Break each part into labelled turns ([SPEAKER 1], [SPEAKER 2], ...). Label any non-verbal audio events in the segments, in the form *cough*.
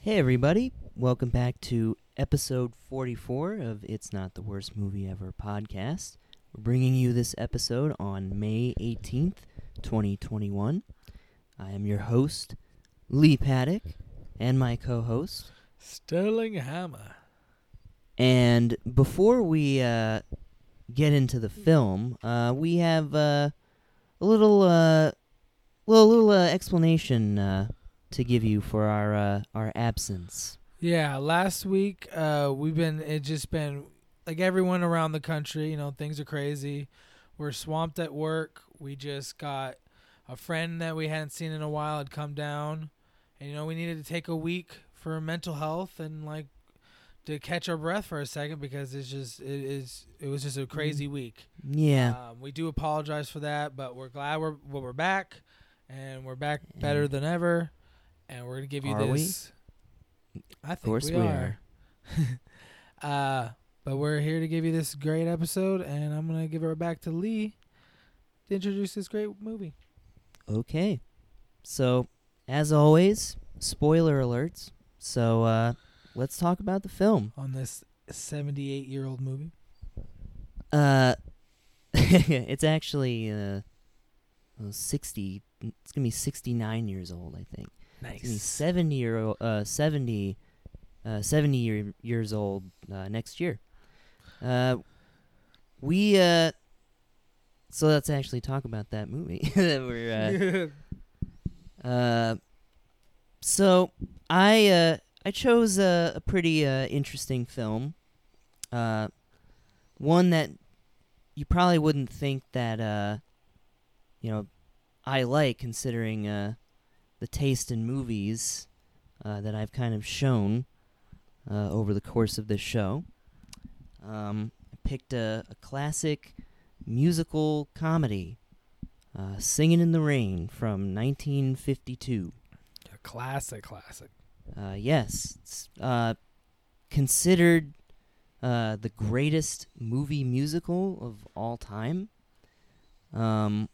[SPEAKER 1] Hey, everybody. Welcome back to episode 44 of It's Not the Worst Movie Ever podcast. We're bringing you this episode on May 18th, 2021. I am your host, Lee Paddock, and my co host.
[SPEAKER 2] Sterling Hammer.
[SPEAKER 1] And before we uh, get into the film, uh, we have uh, a little, uh, well, a little uh, explanation uh, to give you for our uh, our absence.
[SPEAKER 2] Yeah, last week uh, we've been it just been like everyone around the country. You know, things are crazy. We're swamped at work. We just got a friend that we hadn't seen in a while had come down, and you know we needed to take a week for mental health and like to catch our breath for a second because it's just it is it was just a crazy week.
[SPEAKER 1] Yeah.
[SPEAKER 2] Um, we do apologize for that, but we're glad we're well, we're back, and we're back better
[SPEAKER 1] And-
[SPEAKER 2] than ever, and we're gonna give you
[SPEAKER 1] Are we?
[SPEAKER 2] this. I think
[SPEAKER 1] course
[SPEAKER 2] we,
[SPEAKER 1] we
[SPEAKER 2] are. uh, but we're here to give you this great episode, and I'm gonna give it back to Lee to introduce this great movie.
[SPEAKER 1] Okay. So, as always, spoiler alerts. So, uh, let's talk about the film.
[SPEAKER 2] On this 78 year old movie,
[SPEAKER 1] Uh, *laughs* it's actually uh, well, 60. It's going to be 69 years old, I think. It's going to be
[SPEAKER 2] *laughs*
[SPEAKER 1] 70, year old, uh, 70, uh, 70 year, years old uh, next year. Uh, we, uh, so let's actually talk about that movie *laughs* that we're, uh, Uh, so I uh, I chose a, a pretty uh, interesting film, uh, one that you probably wouldn't think that uh, you know I like, considering uh, the taste in movies uh, that I've kind of shown uh, over the course of this show. Um, I picked a, a classic musical comedy uh, Singing in the Rain from 1952.
[SPEAKER 2] a classic, classic.
[SPEAKER 1] Uh, yes, it's uh, considered uh, the greatest movie musical of all time. Um,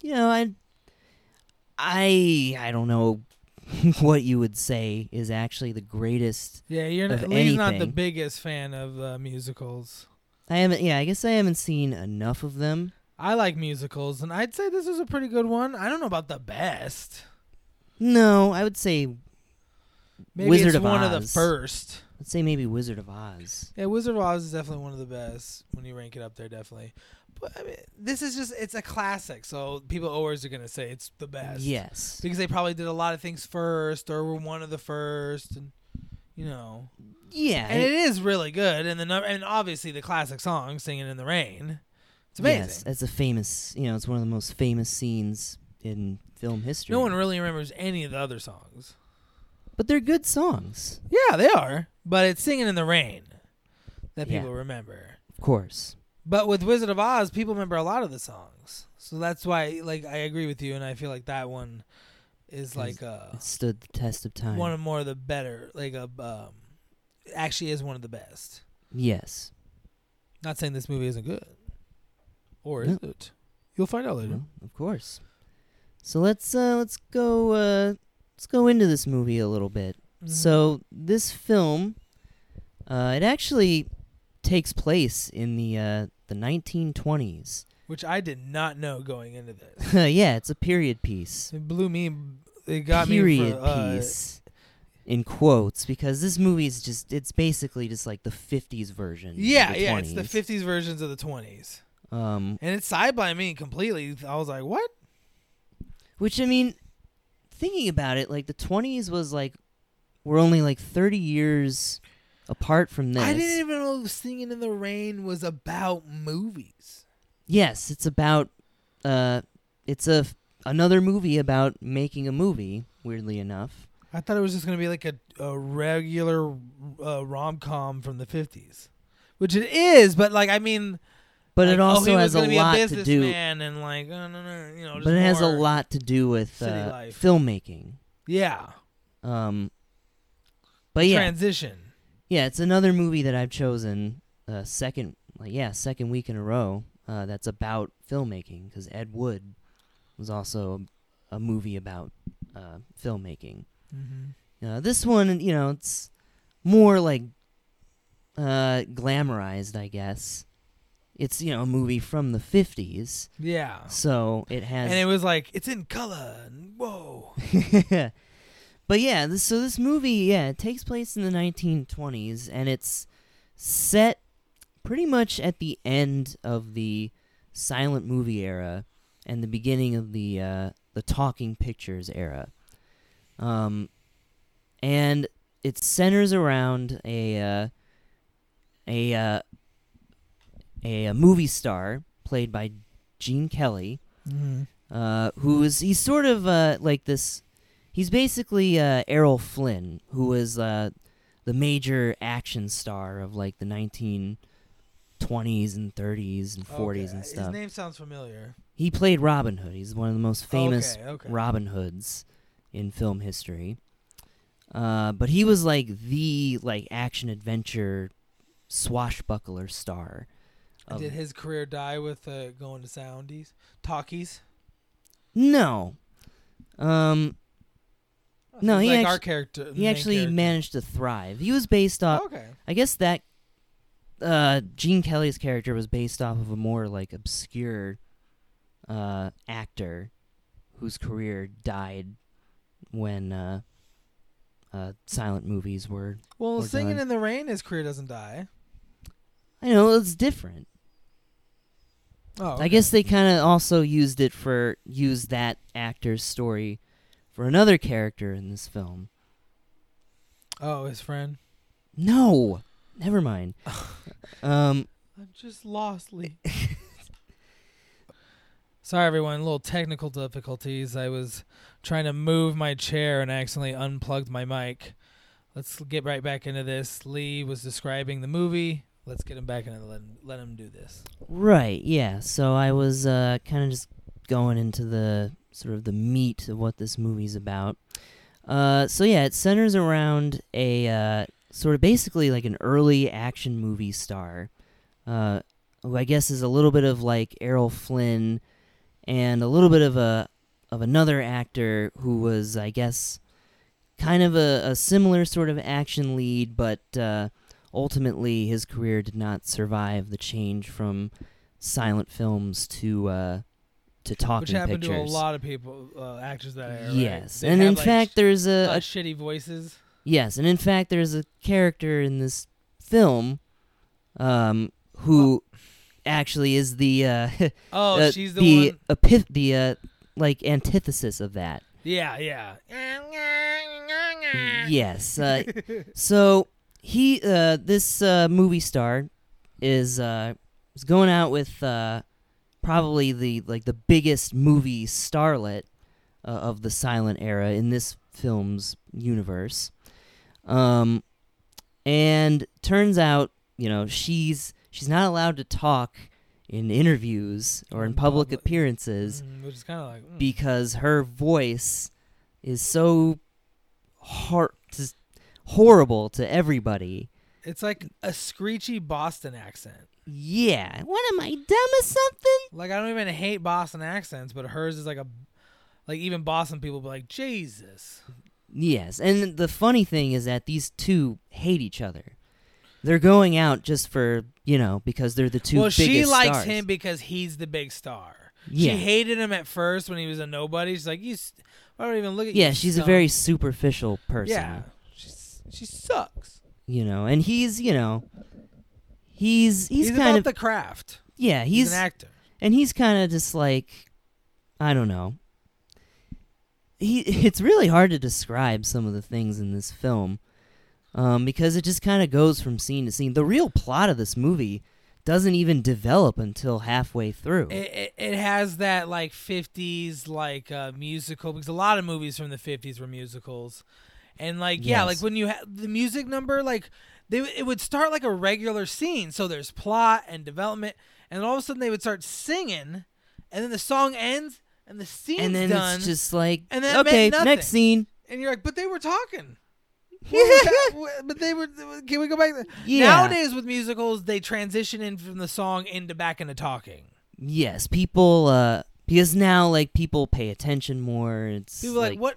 [SPEAKER 1] you know, I, I, I don't know *laughs* what you would say is actually the greatest.
[SPEAKER 2] Yeah, you're
[SPEAKER 1] Of
[SPEAKER 2] not, Lee's not the
[SPEAKER 1] anything.
[SPEAKER 2] biggest fan of uh, musicals.
[SPEAKER 1] I haven't. Yeah, I guess I haven't seen enough of them.
[SPEAKER 2] I like musicals, and I'd say this is a pretty good one. I don't know about the best.
[SPEAKER 1] No, I would say
[SPEAKER 2] Maybe
[SPEAKER 1] Wizard
[SPEAKER 2] it's
[SPEAKER 1] of
[SPEAKER 2] one of the
[SPEAKER 1] Oz.
[SPEAKER 2] first.
[SPEAKER 1] I'd say maybe Wizard of Oz.
[SPEAKER 2] Yeah, Wizard of Oz is definitely one of the best when you rank it up there, definitely. But I mean, this is just it's a classic, so people always are gonna say it's the best.
[SPEAKER 1] Yes.
[SPEAKER 2] because they probably did a lot of things first, or were one of the first, and you know,
[SPEAKER 1] Yeah.
[SPEAKER 2] and
[SPEAKER 1] it-
[SPEAKER 2] it is really good. And the number, and obviously the classic song "Singing in the Rain," it's amazing.
[SPEAKER 1] Yes, that's a famous, you know, it's one of the most famous scenes in film history.
[SPEAKER 2] no one really remembers any of the other songs.
[SPEAKER 1] but they're good songs,
[SPEAKER 2] Yeah, they are, but it's "Singing in the Rain" that
[SPEAKER 1] Yeah.
[SPEAKER 2] people remember.
[SPEAKER 1] of course.
[SPEAKER 2] But with Wizard of Oz, people remember a lot of the songs, so that's why, like, I agree with you, and I feel like that one is like uh,
[SPEAKER 1] It stood the test of time.
[SPEAKER 2] one of more of the better, like a um, actually is one of the best.
[SPEAKER 1] yes.
[SPEAKER 2] Not saying this movie isn't good, or
[SPEAKER 1] No.
[SPEAKER 2] is it? You'll find out later.
[SPEAKER 1] Well, of course. So let's uh let's go uh let's go into this movie a little bit.
[SPEAKER 2] Mm-hmm.
[SPEAKER 1] So this film uh it actually takes place in the uh the 1920s.
[SPEAKER 2] which I did not know going into this,
[SPEAKER 1] *laughs* yeah, it's a period piece.
[SPEAKER 2] it blew me. It got me.
[SPEAKER 1] period
[SPEAKER 2] For, uh,
[SPEAKER 1] piece in quotes because this movie is just it's basically just like the 50s version of
[SPEAKER 2] Yeah,
[SPEAKER 1] the
[SPEAKER 2] yeah, it's the
[SPEAKER 1] 20s.
[SPEAKER 2] '50s versions of the '20s,
[SPEAKER 1] um
[SPEAKER 2] and it's side by me completely. I was like, what?
[SPEAKER 1] which i mean thinking about it like the 20s was like we're only like 30 years apart from this
[SPEAKER 2] I didn't even know Singing in the Rain was about movies.
[SPEAKER 1] yes it's about uh it's a f- another movie about making a movie weirdly enough
[SPEAKER 2] I thought it was just going to be like a, a regular uh, rom com from the 50s, which it is, but like, I mean.
[SPEAKER 1] but
[SPEAKER 2] like,
[SPEAKER 1] it
[SPEAKER 2] oh,
[SPEAKER 1] also
[SPEAKER 2] he was
[SPEAKER 1] has a
[SPEAKER 2] gonna be
[SPEAKER 1] lot
[SPEAKER 2] a
[SPEAKER 1] to do
[SPEAKER 2] businessman And like, oh, no, no, you know, just
[SPEAKER 1] but it has a
[SPEAKER 2] more-
[SPEAKER 1] lot to do with
[SPEAKER 2] city
[SPEAKER 1] uh,
[SPEAKER 2] life.
[SPEAKER 1] filmmaking
[SPEAKER 2] Yeah.
[SPEAKER 1] um but yeah
[SPEAKER 2] Transition.
[SPEAKER 1] Yeah, it's another movie that I've chosen uh, second, like yeah, second week in a row. Uh, that's about filmmaking because Ed Wood was also a movie about uh, filmmaking,
[SPEAKER 2] Mm-hmm.
[SPEAKER 1] Uh, this one, you know, it's more like uh, glamorized, I guess. It's you know a movie from the fifties,
[SPEAKER 2] Yeah.
[SPEAKER 1] so it has.
[SPEAKER 2] Oh. And it was like it's in color. and Whoa.
[SPEAKER 1] *laughs* but yeah, this, so this movie, yeah, it takes place in the 1920s, and it's set pretty much at the end of the silent movie era and the beginning of the uh, the talking pictures era. Um, and it centers around a uh, a, uh, a a movie star played by Gene Kelly uh, who is he's sort of uh, like this. He's basically uh, Errol Flynn, who was uh, the major action star of like the 1920s and 30s and 40s
[SPEAKER 2] Okay,
[SPEAKER 1] and stuff.
[SPEAKER 2] His name sounds familiar.
[SPEAKER 1] he played Robin Hood. He's one of the most famous
[SPEAKER 2] Okay. okay.
[SPEAKER 1] Robin Hoods in film history. Uh, but he was like the like action adventure swashbuckler star. of-
[SPEAKER 2] Did his career die with uh, going to Soundies, Talkies?
[SPEAKER 1] no. Um, No,
[SPEAKER 2] He's
[SPEAKER 1] he
[SPEAKER 2] like
[SPEAKER 1] actu-
[SPEAKER 2] our character.
[SPEAKER 1] he actually managed to thrive. He was based off.
[SPEAKER 2] okay.
[SPEAKER 1] I guess that uh, Gene Kelly's character was based off of a more like obscure uh, actor whose career died when uh, uh, silent movies were.
[SPEAKER 2] Well,
[SPEAKER 1] Or
[SPEAKER 2] singing
[SPEAKER 1] done.
[SPEAKER 2] in the rain, his career doesn't die.
[SPEAKER 1] I know it's different.
[SPEAKER 2] Oh,
[SPEAKER 1] I
[SPEAKER 2] okay.
[SPEAKER 1] guess they kind of also used it for used that actor's story for another character in this film.
[SPEAKER 2] Oh, his friend.
[SPEAKER 1] No, never
[SPEAKER 2] *laughs*
[SPEAKER 1] mind. um,
[SPEAKER 2] I'm
[SPEAKER 1] *laughs*
[SPEAKER 2] just lostly. Sorry, everyone. Little technical difficulties. I was trying to move my chair and I accidentally unplugged my mic. Let's get right back into this. Lee was describing the movie. Let's get him back into let him, let him do this.
[SPEAKER 1] Right, yeah. So I was uh, kind of just going into the sort of the meat of what this movie's about. Uh, so yeah, it centers around a uh, sort of basically like an early action movie star, uh, who I guess is a little bit of like Errol Flynn, and a little bit of a of another actor who was I guess kind of a, a similar sort of action lead, but uh, ultimately his career did not survive the change from silent films to uh, to talking
[SPEAKER 2] Which happened
[SPEAKER 1] pictures.
[SPEAKER 2] to a lot of people, uh, actors that era. right?
[SPEAKER 1] Yes,
[SPEAKER 2] They
[SPEAKER 1] and
[SPEAKER 2] had,
[SPEAKER 1] in
[SPEAKER 2] like,
[SPEAKER 1] fact,
[SPEAKER 2] sh-
[SPEAKER 1] there's a,
[SPEAKER 2] uh,
[SPEAKER 1] a
[SPEAKER 2] shitty voices.
[SPEAKER 1] yes, and in fact, there's a character in this film, um, who actually is the uh,
[SPEAKER 2] Oh,
[SPEAKER 1] uh,
[SPEAKER 2] she's the,
[SPEAKER 1] the
[SPEAKER 2] one.
[SPEAKER 1] epith- the uh, like antithesis of that.
[SPEAKER 2] Yeah, yeah. Mm.
[SPEAKER 1] yes.
[SPEAKER 2] *laughs*
[SPEAKER 1] Uh, so he, uh, this uh, movie star, is uh, is going out with uh, probably the like the biggest movie starlet uh, of the silent era in this film's universe. Um, and turns out, you know, she's she's not allowed to talk in interviews or in
[SPEAKER 2] In
[SPEAKER 1] public
[SPEAKER 2] public.
[SPEAKER 1] appearances
[SPEAKER 2] Mm, Which is kind of like. mm.
[SPEAKER 1] because her voice is so hor- just horrible to everybody.
[SPEAKER 2] It's like a screechy Boston accent.
[SPEAKER 1] Yeah. What am I dumb or something?
[SPEAKER 2] Like I don't even hate Boston accents, but hers is like a like even Boston people be like Jesus.
[SPEAKER 1] Yes. And the funny thing is that these two hate each other. They're going out just for you know because they're the two.
[SPEAKER 2] well,
[SPEAKER 1] biggest
[SPEAKER 2] she likes
[SPEAKER 1] stars.
[SPEAKER 2] him because he's the big star.
[SPEAKER 1] Yeah.
[SPEAKER 2] She hated him at first when he was a nobody. She's like, you. s- I don't even look at you.
[SPEAKER 1] yeah, she's a
[SPEAKER 2] scum."
[SPEAKER 1] very superficial person.
[SPEAKER 2] yeah. She's, she sucks.
[SPEAKER 1] You know, and he's you know, he's he's,
[SPEAKER 2] He's,
[SPEAKER 1] kind
[SPEAKER 2] about
[SPEAKER 1] of
[SPEAKER 2] the craft.
[SPEAKER 1] yeah
[SPEAKER 2] He's,
[SPEAKER 1] he's
[SPEAKER 2] an actor.
[SPEAKER 1] and he's kind of just like i don't know he it's really hard to describe some of the things in this film um, because it just kind of goes from scene to scene the real plot of this movie doesn't even develop until halfway through
[SPEAKER 2] It, it, it has that like 50s like uh, musical because a lot of movies from the 50s were musicals and like yeah
[SPEAKER 1] Yes.
[SPEAKER 2] like when you had the music number like they w- it would start like a regular scene so there's plot and development and all of a sudden they would start singing and then the song ends and the scene's
[SPEAKER 1] and then
[SPEAKER 2] done
[SPEAKER 1] it's just like
[SPEAKER 2] And that meant
[SPEAKER 1] okay
[SPEAKER 2] nothing.
[SPEAKER 1] next scene
[SPEAKER 2] and you're like but they were talking What was
[SPEAKER 1] *laughs*
[SPEAKER 2] that? Wha- but they were can we go back
[SPEAKER 1] Yeah.
[SPEAKER 2] nowadays with musicals they transition in from the song into back into talking
[SPEAKER 1] yes people uh because now like people pay attention more it's
[SPEAKER 2] People are like, what?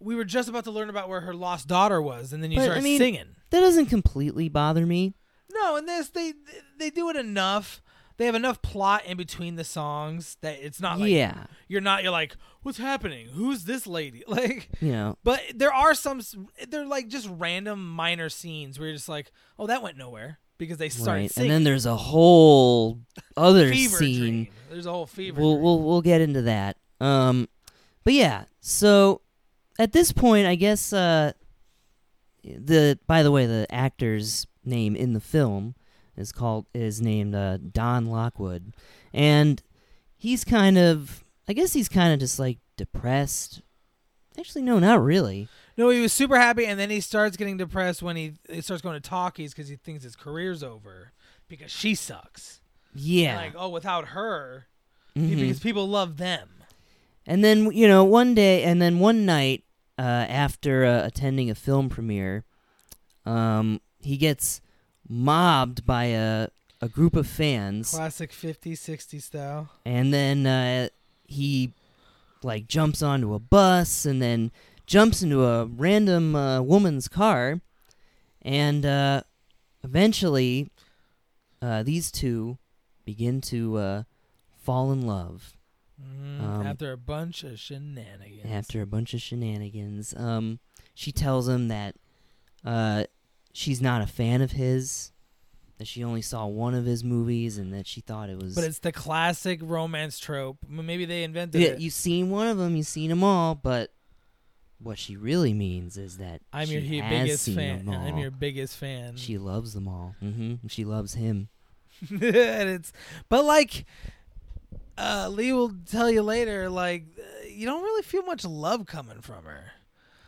[SPEAKER 2] we were just about to learn about where her lost daughter was, and then you
[SPEAKER 1] But,
[SPEAKER 2] start
[SPEAKER 1] I mean-
[SPEAKER 2] singing.
[SPEAKER 1] That doesn't completely bother me.
[SPEAKER 2] No, and this they they do it enough. They have enough plot in between the songs that it's not like
[SPEAKER 1] yeah,
[SPEAKER 2] you're not you're like what's happening? Who's this lady? *laughs* Like,
[SPEAKER 1] you know.
[SPEAKER 2] but there are some s- they're like just random minor scenes where you're just like, oh, that went nowhere because they started
[SPEAKER 1] Right. And
[SPEAKER 2] singing.
[SPEAKER 1] then there's a whole other
[SPEAKER 2] fever
[SPEAKER 1] scene.
[SPEAKER 2] dream. There's a whole fever.
[SPEAKER 1] We'll
[SPEAKER 2] dream.
[SPEAKER 1] we'll we'll get into that. Um, but yeah. So at this point, I guess uh, the by the way, the actor's name in the film is called is named uh, Don Lockwood, and he's kind of I guess he's kind of just like depressed. Actually, no, not really.
[SPEAKER 2] No, he was super happy, and then he starts getting depressed when he, he starts going to talkies because he thinks his career's over because she sucks.
[SPEAKER 1] Yeah.
[SPEAKER 2] Like, oh, without her,
[SPEAKER 1] mhm.
[SPEAKER 2] because people love them.
[SPEAKER 1] And then you know, one day, and then one night uh, after uh, attending a film premiere, um, he gets mobbed by a a group of fans,
[SPEAKER 2] Classic 50s, 60s style.
[SPEAKER 1] and then uh, he like jumps onto a bus, and then jumps into a random uh, woman's car, and uh, eventually, uh, these two begin to uh, fall in love.
[SPEAKER 2] Mm,
[SPEAKER 1] Um,
[SPEAKER 2] after a bunch of shenanigans.
[SPEAKER 1] after a bunch of shenanigans. Um, she tells him that uh, she's not a fan of his, that she only saw one of his movies, and that she thought it was.
[SPEAKER 2] But it's the classic romance trope. M- Maybe they invented
[SPEAKER 1] yeah,
[SPEAKER 2] it.
[SPEAKER 1] you've seen one of them, you've seen them all, but what she really means is that
[SPEAKER 2] I'm
[SPEAKER 1] she
[SPEAKER 2] your he-
[SPEAKER 1] has
[SPEAKER 2] biggest
[SPEAKER 1] seen
[SPEAKER 2] fan.
[SPEAKER 1] them all.
[SPEAKER 2] I'm your Mm-hmm. biggest fan.
[SPEAKER 1] She loves them all. hmm She loves him.
[SPEAKER 2] *laughs* and it's but like uh lee will tell you later like uh, you don't really feel much love coming from her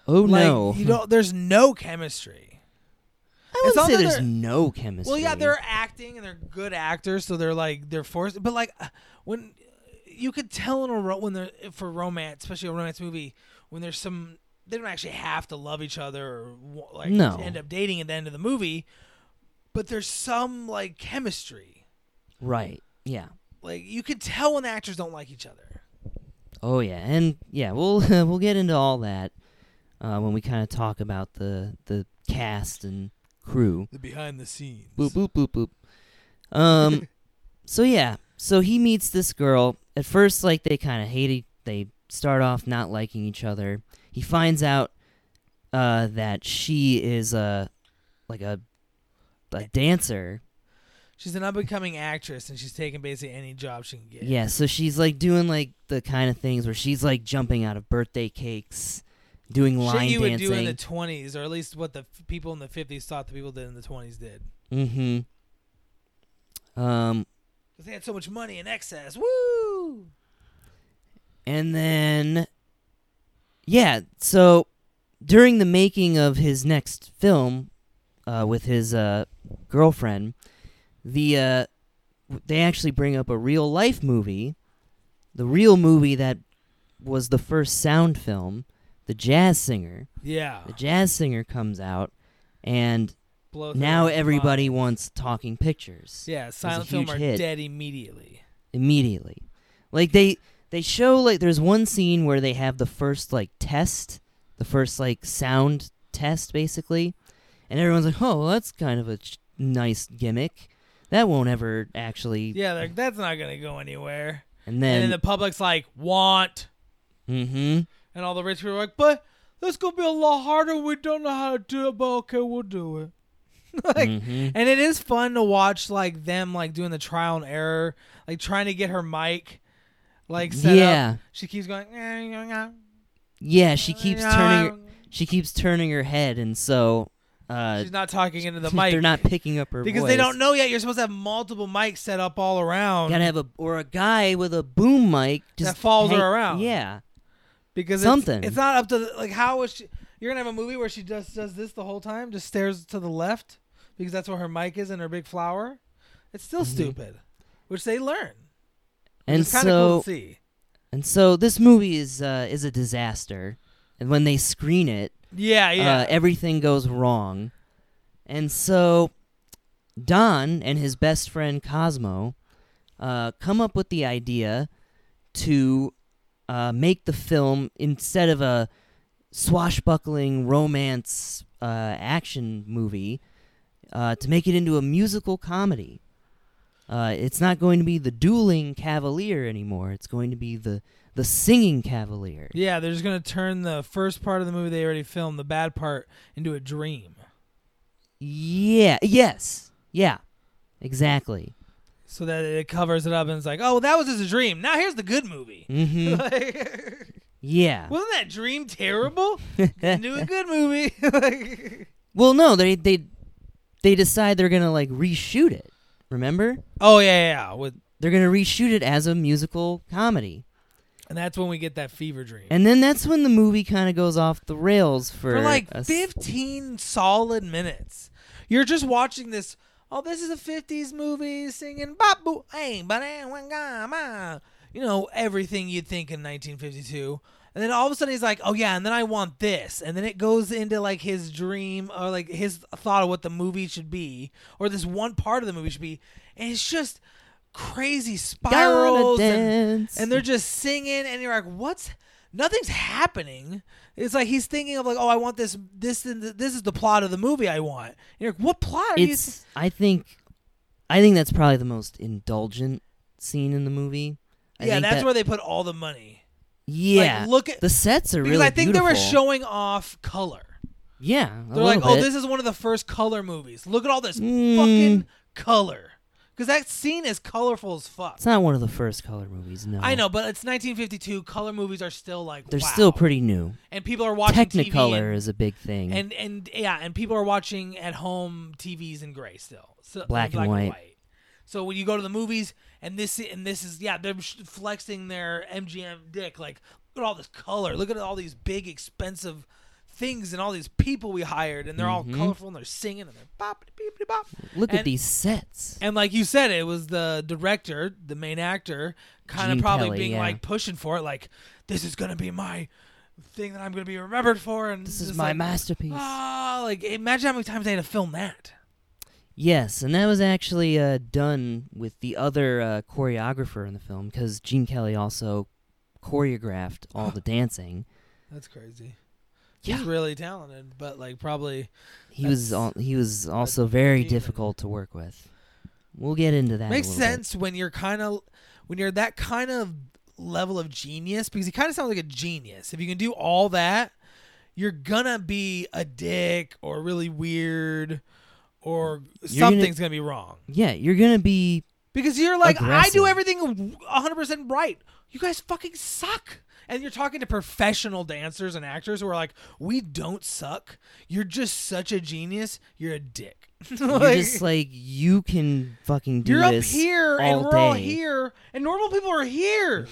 [SPEAKER 1] Oh
[SPEAKER 2] like
[SPEAKER 1] no!
[SPEAKER 2] you don't there's no chemistry
[SPEAKER 1] *laughs* I would
[SPEAKER 2] all
[SPEAKER 1] say
[SPEAKER 2] that
[SPEAKER 1] there's
[SPEAKER 2] they're-
[SPEAKER 1] no chemistry.
[SPEAKER 2] well yeah they're acting and they're good actors so they're like they're forced but like uh, when you could tell in a ro- when they're for romance especially a romance movie when there's some they don't actually have to love each other or wa- like
[SPEAKER 1] No.
[SPEAKER 2] end up dating at the end of the movie but there's some like chemistry
[SPEAKER 1] right. Yeah.
[SPEAKER 2] like you could tell when the actors don't like each other
[SPEAKER 1] Oh yeah, and yeah, we'll *laughs* we'll get into all that uh, when we kind of talk about the the cast and crew.
[SPEAKER 2] the behind the scenes.
[SPEAKER 1] Boop boop boop boop.
[SPEAKER 2] *laughs*
[SPEAKER 1] Um, so yeah, so he meets this girl. At first, like they kind of hate. e- They start off not liking each other. He finds out uh, that she is a like a a dancer.
[SPEAKER 2] She's an up and coming actress, and she's taking basically any job she can get.
[SPEAKER 1] Yeah, so she's like doing like the kind of things where she's like jumping out of birthday cakes, doing line
[SPEAKER 2] shit you would
[SPEAKER 1] dancing.
[SPEAKER 2] do in the twenties, or at least what the f- people in the fifties thought the people did in the twenties did,
[SPEAKER 1] Mm-hmm. Um,
[SPEAKER 2] because they had so much money in excess. Woo!
[SPEAKER 1] and then, yeah. So during the making of his next film, uh, with his uh, girlfriend, the uh, w- they actually bring up a real life movie, the real movie that was the first sound film, the Jazz Singer.
[SPEAKER 2] Yeah.
[SPEAKER 1] The Jazz Singer comes out, and
[SPEAKER 2] Blow through
[SPEAKER 1] now
[SPEAKER 2] the
[SPEAKER 1] everybody
[SPEAKER 2] box.
[SPEAKER 1] wants talking pictures.
[SPEAKER 2] Yeah, silent
[SPEAKER 1] huge
[SPEAKER 2] film are
[SPEAKER 1] hit.
[SPEAKER 2] dead immediately.
[SPEAKER 1] immediately. Like they they show like there's one scene where they have the first like test, the first like sound test basically, and everyone's like, "Oh, well, that's kind of a ch- nice gimmick. That won't ever actually."
[SPEAKER 2] Yeah, they're like, that's not gonna go anywhere.
[SPEAKER 1] And
[SPEAKER 2] And,
[SPEAKER 1] then,
[SPEAKER 2] then the public's like, want,
[SPEAKER 1] mm-hmm.
[SPEAKER 2] and all the rich people are like, but this gonna be a lot harder. We don't know how to do it, but okay, we'll do it. *laughs* like,
[SPEAKER 1] mhm.
[SPEAKER 2] And it is fun to watch like them like doing the trial and error, like trying to get her mic like set up.
[SPEAKER 1] yeah,
[SPEAKER 2] She keeps going. "Eh,
[SPEAKER 1] yeah.
[SPEAKER 2] Oh
[SPEAKER 1] She keeps turning. Her, she keeps turning her head, and so uh, *laughs*
[SPEAKER 2] She's not talking into the mic.
[SPEAKER 1] they're not picking up her
[SPEAKER 2] because
[SPEAKER 1] voice.
[SPEAKER 2] they don't know yet. You're supposed to have multiple mics set up all around
[SPEAKER 1] Gotta have a or a guy with a boom mic just
[SPEAKER 2] that follows
[SPEAKER 1] hang-
[SPEAKER 2] her around.
[SPEAKER 1] Yeah,
[SPEAKER 2] because
[SPEAKER 1] something.
[SPEAKER 2] It's, it's not up to the, like how is she? You're gonna have a movie where she just does this the whole time, just stares to the left because that's where her mic is and her big flower. It's still
[SPEAKER 1] Mhm.
[SPEAKER 2] stupid, which they learn.
[SPEAKER 1] and
[SPEAKER 2] it's kind
[SPEAKER 1] so
[SPEAKER 2] of cool to see.
[SPEAKER 1] And so this movie is uh, is a disaster, and when they screen it,
[SPEAKER 2] Yeah, yeah.
[SPEAKER 1] uh, everything goes wrong. And so Don and his best friend Cosmo uh, come up with the idea to uh, make the film instead of a swashbuckling romance uh, action movie uh, to make it into a musical comedy. Uh, it's not going to be the dueling cavalier anymore. It's going to be the the singing cavalier.
[SPEAKER 2] Yeah, they're just gonna turn the first part of the movie they already filmed, the bad part, into a dream.
[SPEAKER 1] Yeah. Yes. Yeah. Exactly.
[SPEAKER 2] So that it covers it up and it's like, oh, that was just a dream. Now here's the
[SPEAKER 1] *laughs*
[SPEAKER 2] good movie. *laughs*
[SPEAKER 1] hmm
[SPEAKER 2] Mm-hmm. Like,
[SPEAKER 1] yeah.
[SPEAKER 2] wasn't that dream terrible? Into a good movie. *laughs* Like-
[SPEAKER 1] *laughs* Well, no, they they they decide they're gonna like reshoot it. Remember?
[SPEAKER 2] oh yeah, yeah, yeah. With
[SPEAKER 1] They're gonna reshoot it as a musical comedy,
[SPEAKER 2] and that's when we get that fever dream.
[SPEAKER 1] and then that's when the movie kind of goes off the rails for,
[SPEAKER 2] for like
[SPEAKER 1] a s-
[SPEAKER 2] 15 solid minutes. You're just watching this. Oh, this is a 50s movie singing babu hey ba You know everything you'd think in 1952. And then all of a sudden he's like, "Oh yeah," and then I want this, and then it goes into like his dream or like his thought of what the movie should be, or this one part of the movie should be, and it's just crazy
[SPEAKER 1] Gotta
[SPEAKER 2] spirals. and-
[SPEAKER 1] dance.
[SPEAKER 2] and they're just singing and you're like what's nothing's happening it's like he's thinking of like oh i want this this and th- this is the plot of the movie i want and you're like what plot are you
[SPEAKER 1] it's I think I think that's probably the most indulgent scene in the movie. I
[SPEAKER 2] yeah
[SPEAKER 1] think
[SPEAKER 2] that's
[SPEAKER 1] that-
[SPEAKER 2] where they put all the money
[SPEAKER 1] yeah
[SPEAKER 2] like, look at
[SPEAKER 1] the sets are
[SPEAKER 2] because
[SPEAKER 1] really
[SPEAKER 2] i think they were
[SPEAKER 1] beautiful.
[SPEAKER 2] showing off color
[SPEAKER 1] Yeah, a
[SPEAKER 2] they're like
[SPEAKER 1] little
[SPEAKER 2] oh
[SPEAKER 1] bit.
[SPEAKER 2] this is one of the first color movies look at all this
[SPEAKER 1] Mm.
[SPEAKER 2] fucking color because that scene is colorful as fuck
[SPEAKER 1] It's not one of the first color movies. No,
[SPEAKER 2] i know but it's 1952 color movies are still like
[SPEAKER 1] They're
[SPEAKER 2] wow.
[SPEAKER 1] still pretty new.
[SPEAKER 2] and people are watching TV and-
[SPEAKER 1] Technicolor is a big thing.
[SPEAKER 2] and and yeah, and people are watching at home TVs in gray still, so
[SPEAKER 1] Black and white.
[SPEAKER 2] So when you go to the movies and this and this is yeah, they're sh- flexing their MGM dick like look at all this color, look at all these big expensive things and all these people we hired and they're
[SPEAKER 1] Mhm.
[SPEAKER 2] all colorful and they're singing and they're bop beep beep bop.
[SPEAKER 1] look at
[SPEAKER 2] and-
[SPEAKER 1] these sets.
[SPEAKER 2] And like you said, it was the director, the main actor, kind
[SPEAKER 1] Gene
[SPEAKER 2] of probably
[SPEAKER 1] Kelly,
[SPEAKER 2] being
[SPEAKER 1] yeah.
[SPEAKER 2] like pushing for it, like this is gonna be my thing that I'm gonna be remembered for, and
[SPEAKER 1] this is
[SPEAKER 2] just,
[SPEAKER 1] my
[SPEAKER 2] like,
[SPEAKER 1] masterpiece.
[SPEAKER 2] Oh, like imagine how many times they had to film that.
[SPEAKER 1] Yes, and that was actually uh, done with the other uh, choreographer in the film because Gene Kelly also choreographed all
[SPEAKER 2] *gasps*
[SPEAKER 1] the dancing.
[SPEAKER 2] That's crazy.
[SPEAKER 1] Yeah,
[SPEAKER 2] He's really talented, but like probably
[SPEAKER 1] he was
[SPEAKER 2] that's-
[SPEAKER 1] al- he was also very
[SPEAKER 2] demon.
[SPEAKER 1] difficult to work with. We'll get into that. a
[SPEAKER 2] makes
[SPEAKER 1] little bit.
[SPEAKER 2] sense when you're kind of when you're that kind of level of genius because he kind of sounds like a genius. If you can do all that, you're gonna be a dick or really weird
[SPEAKER 1] You're
[SPEAKER 2] or
[SPEAKER 1] gonna-
[SPEAKER 2] something's gonna, be wrong
[SPEAKER 1] Yeah, you're gonna be
[SPEAKER 2] because you're like I
[SPEAKER 1] Aggressive.
[SPEAKER 2] do everything 100% right. You guys fucking suck. And you're talking to professional dancers and actors who are like, we don't suck. You're just such a genius. You're a dick. *laughs*
[SPEAKER 1] you're
[SPEAKER 2] Like-
[SPEAKER 1] just like you can fucking do
[SPEAKER 2] You're up
[SPEAKER 1] this
[SPEAKER 2] here, and
[SPEAKER 1] all
[SPEAKER 2] we're all
[SPEAKER 1] day.
[SPEAKER 2] here, and normal people are here.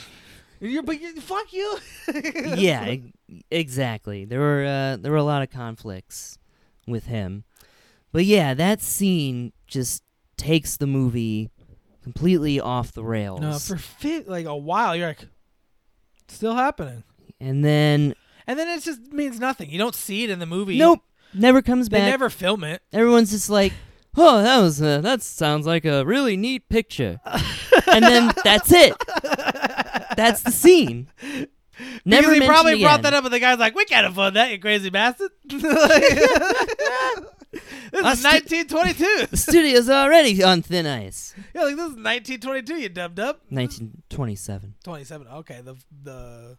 [SPEAKER 2] And You're, but you, fuck you. *laughs*
[SPEAKER 1] yeah, e- exactly. There were uh, there were a lot of conflicts with him, but yeah, that scene just takes the movie completely off the rails.
[SPEAKER 2] *laughs* No, for fit like a while, you're like, "It's still happening,
[SPEAKER 1] and then
[SPEAKER 2] and then it just means nothing. You don't see it in the movie.
[SPEAKER 1] nope, never comes
[SPEAKER 2] they
[SPEAKER 1] back.
[SPEAKER 2] never film it.
[SPEAKER 1] Everyone's just like, oh, that was uh, that sounds like a really neat picture, and
[SPEAKER 2] *laughs*
[SPEAKER 1] then that's it. That's the scene. Never
[SPEAKER 2] because he
[SPEAKER 1] mentioned
[SPEAKER 2] probably brought
[SPEAKER 1] again.
[SPEAKER 2] that up, and the guy's like, "We can't afford that, you crazy bastard." this is
[SPEAKER 1] Us-
[SPEAKER 2] 1922.
[SPEAKER 1] The studio's already on thin ice.
[SPEAKER 2] *laughs* yeah, like this is 1922. You dubbed up.
[SPEAKER 1] 1927.
[SPEAKER 2] 27. Okay, the the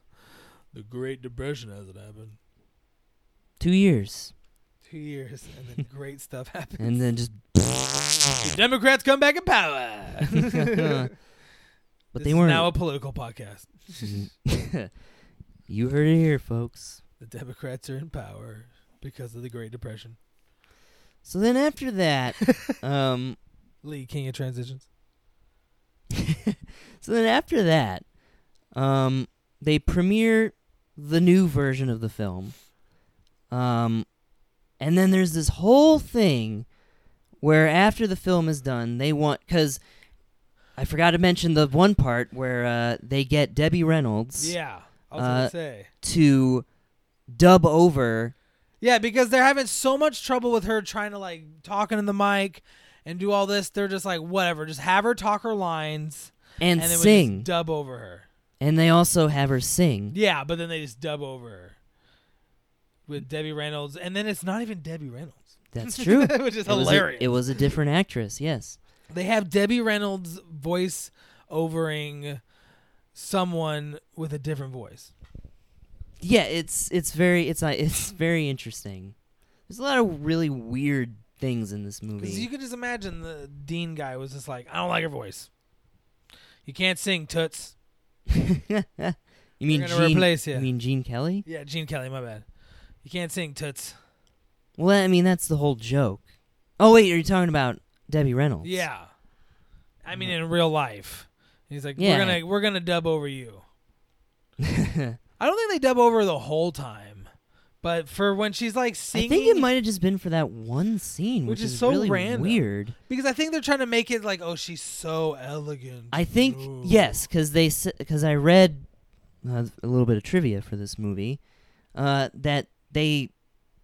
[SPEAKER 2] the Great Depression hasn't happened.
[SPEAKER 1] Two years,
[SPEAKER 2] two years, and then great stuff happens.
[SPEAKER 1] and then just
[SPEAKER 2] The *laughs* Democrats come back in *laughs* power.
[SPEAKER 1] but
[SPEAKER 2] This
[SPEAKER 1] they
[SPEAKER 2] is
[SPEAKER 1] weren't.
[SPEAKER 2] now a political podcast.
[SPEAKER 1] *laughs* you heard it here, folks.
[SPEAKER 2] The Democrats are in power because of the
[SPEAKER 1] *laughs*
[SPEAKER 2] Great Depression.
[SPEAKER 1] So then after that, um,
[SPEAKER 2] Lee, king of transitions.
[SPEAKER 1] so then after that, um, they premiere the new version of the film, um, and then there's this whole thing where after the film is done, they want because. I forgot to mention the one part where uh, they get Debbie Reynolds
[SPEAKER 2] Yeah, I
[SPEAKER 1] was gonna Uh,
[SPEAKER 2] say.
[SPEAKER 1] to dub over
[SPEAKER 2] Yeah, because they're having so much trouble with her trying to like talking in the mic and do all this. They're just like, whatever, just have her talk her lines
[SPEAKER 1] and,
[SPEAKER 2] then we
[SPEAKER 1] sing.
[SPEAKER 2] just dub over her.
[SPEAKER 1] And they also have her sing.
[SPEAKER 2] Yeah, but then they just dub over her. with Debbie Reynolds, and then it's not even Debbie Reynolds. *laughs*
[SPEAKER 1] That's true. it
[SPEAKER 2] which
[SPEAKER 1] was
[SPEAKER 2] is
[SPEAKER 1] a-
[SPEAKER 2] hilarious.
[SPEAKER 1] it was a different actress. Yes.
[SPEAKER 2] they have Debbie Reynolds voice overing someone with a different voice.
[SPEAKER 1] yeah, it's it's very it's uh, it's very interesting. There's a lot of really weird things in this movie.
[SPEAKER 2] Because you could just imagine the Dean guy was just like, I don't like her voice. You can't sing, toots.
[SPEAKER 1] *laughs* You, mean
[SPEAKER 2] We're gonna
[SPEAKER 1] Gene?
[SPEAKER 2] replace you.
[SPEAKER 1] You mean Gene Kelly?
[SPEAKER 2] yeah, Gene Kelly, my bad. You can't sing, toots.
[SPEAKER 1] Well, I mean that's the whole joke. Oh wait, are you talking about Debbie Reynolds?
[SPEAKER 2] Yeah, I mean in real life. He's like,
[SPEAKER 1] Yeah.
[SPEAKER 2] we're gonna we're gonna dub over you. I don't think they dub over the whole time, but for when she's like
[SPEAKER 1] I
[SPEAKER 2] singing,
[SPEAKER 1] think it might have just been for that one scene,
[SPEAKER 2] Which
[SPEAKER 1] which,
[SPEAKER 2] is so
[SPEAKER 1] really
[SPEAKER 2] random.
[SPEAKER 1] weird.
[SPEAKER 2] because I think they're trying to make it like, oh, she's so elegant.
[SPEAKER 1] I think
[SPEAKER 2] Ooh.
[SPEAKER 1] yes, because they because I read uh, a little bit of trivia for this movie uh, that they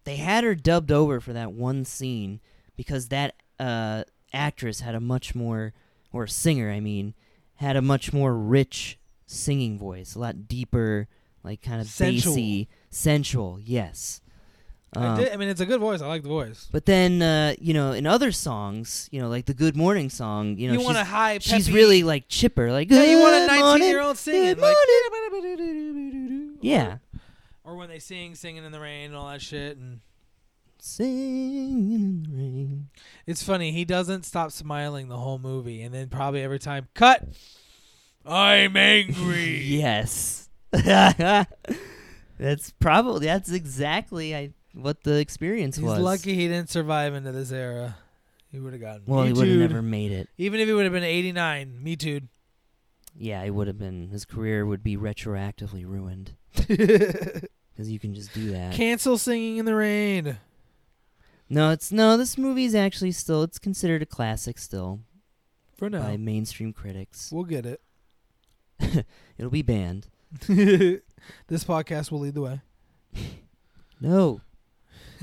[SPEAKER 1] they had her dubbed over for that one scene because that uh, actress had a much more or singer I mean had a much more rich singing voice, a lot deeper, like kind of
[SPEAKER 2] Sensual.
[SPEAKER 1] bassy, sensual. Yes.
[SPEAKER 2] I,
[SPEAKER 1] Um,
[SPEAKER 2] did, I mean it's a good voice. I like the voice.
[SPEAKER 1] but then, uh, you know, in other songs, you know, like the "Good Morning" song, you
[SPEAKER 2] You,
[SPEAKER 1] know, she's-
[SPEAKER 2] want a high, peppy,
[SPEAKER 1] she's really like chipper, like
[SPEAKER 2] yeah,
[SPEAKER 1] good
[SPEAKER 2] you want a
[SPEAKER 1] morning.
[SPEAKER 2] nineteen-year-old singing,
[SPEAKER 1] good
[SPEAKER 2] like, *laughs*
[SPEAKER 1] morning. Yeah,
[SPEAKER 2] or when they sing, singing in the rain and all that shit. And
[SPEAKER 1] singing in the rain.
[SPEAKER 2] It's funny, he doesn't stop smiling the whole movie, and then probably every time, cut. I'm angry.
[SPEAKER 1] *laughs* Yes, that's probably that's exactly I, what the experience
[SPEAKER 2] He's
[SPEAKER 1] was.
[SPEAKER 2] lucky he didn't survive into this era. He would have gotten
[SPEAKER 1] Well,
[SPEAKER 2] me
[SPEAKER 1] he would have
[SPEAKER 2] too'd.
[SPEAKER 1] never made it.
[SPEAKER 2] Even if he would have been 89,
[SPEAKER 1] *laughs*
[SPEAKER 2] me too.
[SPEAKER 1] Yeah, he would have been. His career would be retroactively ruined because you can just do that.
[SPEAKER 2] Cancel singing in the rain.
[SPEAKER 1] no, it's no. This movie's actually still. It's considered a classic still
[SPEAKER 2] For now,
[SPEAKER 1] by mainstream critics.
[SPEAKER 2] we'll get
[SPEAKER 1] *laughs*
[SPEAKER 2] it.
[SPEAKER 1] It'll be banned.
[SPEAKER 2] this podcast will lead the way. *laughs*
[SPEAKER 1] No.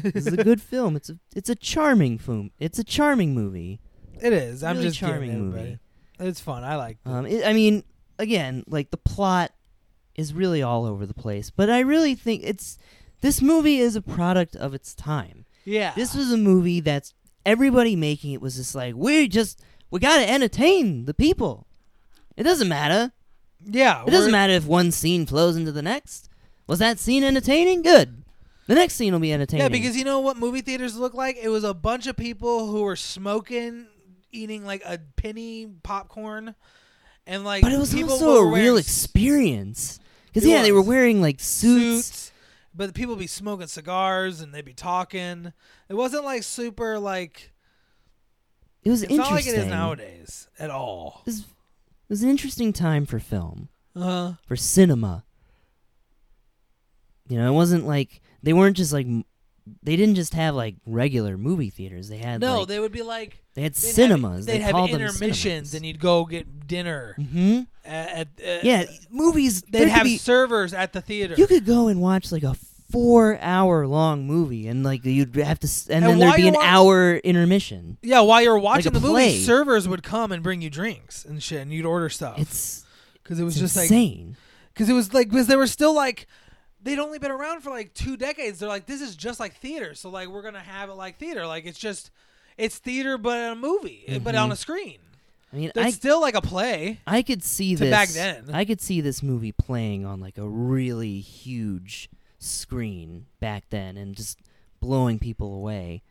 [SPEAKER 1] this is a good film. It's a it's a charming film. It's a charming movie.
[SPEAKER 2] It is. I'm
[SPEAKER 1] Really
[SPEAKER 2] just kidding,
[SPEAKER 1] charming movie.
[SPEAKER 2] everybody. It's fun. I like. It.
[SPEAKER 1] Um, it, I mean, again, like the plot is really all over the place, but I really think it's this movie is a product of its time.
[SPEAKER 2] yeah.
[SPEAKER 1] This was a movie that's everybody making it was just like we just we gotta entertain the people. It doesn't matter.
[SPEAKER 2] yeah.
[SPEAKER 1] It doesn't
[SPEAKER 2] we're-
[SPEAKER 1] matter if one scene flows into the next. Was that scene entertaining? Good. The next scene will be entertaining.
[SPEAKER 2] Yeah, because you know what movie theaters look like? It was a bunch of people who were smoking, eating like a penny popcorn, and like.
[SPEAKER 1] but it was
[SPEAKER 2] people
[SPEAKER 1] also
[SPEAKER 2] were
[SPEAKER 1] a real
[SPEAKER 2] wearing
[SPEAKER 1] experience because
[SPEAKER 2] It
[SPEAKER 1] yeah they were
[SPEAKER 2] was.
[SPEAKER 1] wearing like
[SPEAKER 2] suits,
[SPEAKER 1] suits,
[SPEAKER 2] but the people be smoking cigars and they'd be talking. It wasn't like super like.
[SPEAKER 1] it was
[SPEAKER 2] It's not like
[SPEAKER 1] interesting
[SPEAKER 2] it is nowadays at all.
[SPEAKER 1] It was- it was an interesting time for film
[SPEAKER 2] Uh,
[SPEAKER 1] for cinema you know it wasn't like they weren't just like m- they didn't just have like regular movie theaters they had
[SPEAKER 2] no,
[SPEAKER 1] like,
[SPEAKER 2] they would be like
[SPEAKER 1] they had
[SPEAKER 2] they'd have-
[SPEAKER 1] cinemas
[SPEAKER 2] they'd
[SPEAKER 1] they
[SPEAKER 2] have
[SPEAKER 1] called
[SPEAKER 2] intermissions,
[SPEAKER 1] them
[SPEAKER 2] and you'd go get dinner.
[SPEAKER 1] hmm
[SPEAKER 2] At, at,
[SPEAKER 1] yeah movies
[SPEAKER 2] they'd
[SPEAKER 1] there could
[SPEAKER 2] have
[SPEAKER 1] be-
[SPEAKER 2] servers at the theater.
[SPEAKER 1] you could go and watch like a four hour long movie and like you'd have to s- and,
[SPEAKER 2] And
[SPEAKER 1] then
[SPEAKER 2] while
[SPEAKER 1] there'd be
[SPEAKER 2] you're
[SPEAKER 1] an
[SPEAKER 2] wa-
[SPEAKER 1] hour intermission
[SPEAKER 2] Yeah, while you're watching
[SPEAKER 1] a
[SPEAKER 2] the movie,
[SPEAKER 1] play.
[SPEAKER 2] servers would come and bring you drinks and shit, and you'd order stuff.
[SPEAKER 1] it's
[SPEAKER 2] because it was
[SPEAKER 1] It's
[SPEAKER 2] just like
[SPEAKER 1] insane.
[SPEAKER 2] because it was like because they were still like they'd only been around for like two decades. They're like this is just like theater, so like we're gonna have it like theater. Like it's just it's theater but a movie, eh, but on a screen.
[SPEAKER 1] Mm-hmm. I mean,
[SPEAKER 2] That's
[SPEAKER 1] I
[SPEAKER 2] still like a play.
[SPEAKER 1] I could see
[SPEAKER 2] to
[SPEAKER 1] this
[SPEAKER 2] back then.
[SPEAKER 1] I could see this movie playing on like a really huge screen back then and just blowing people away.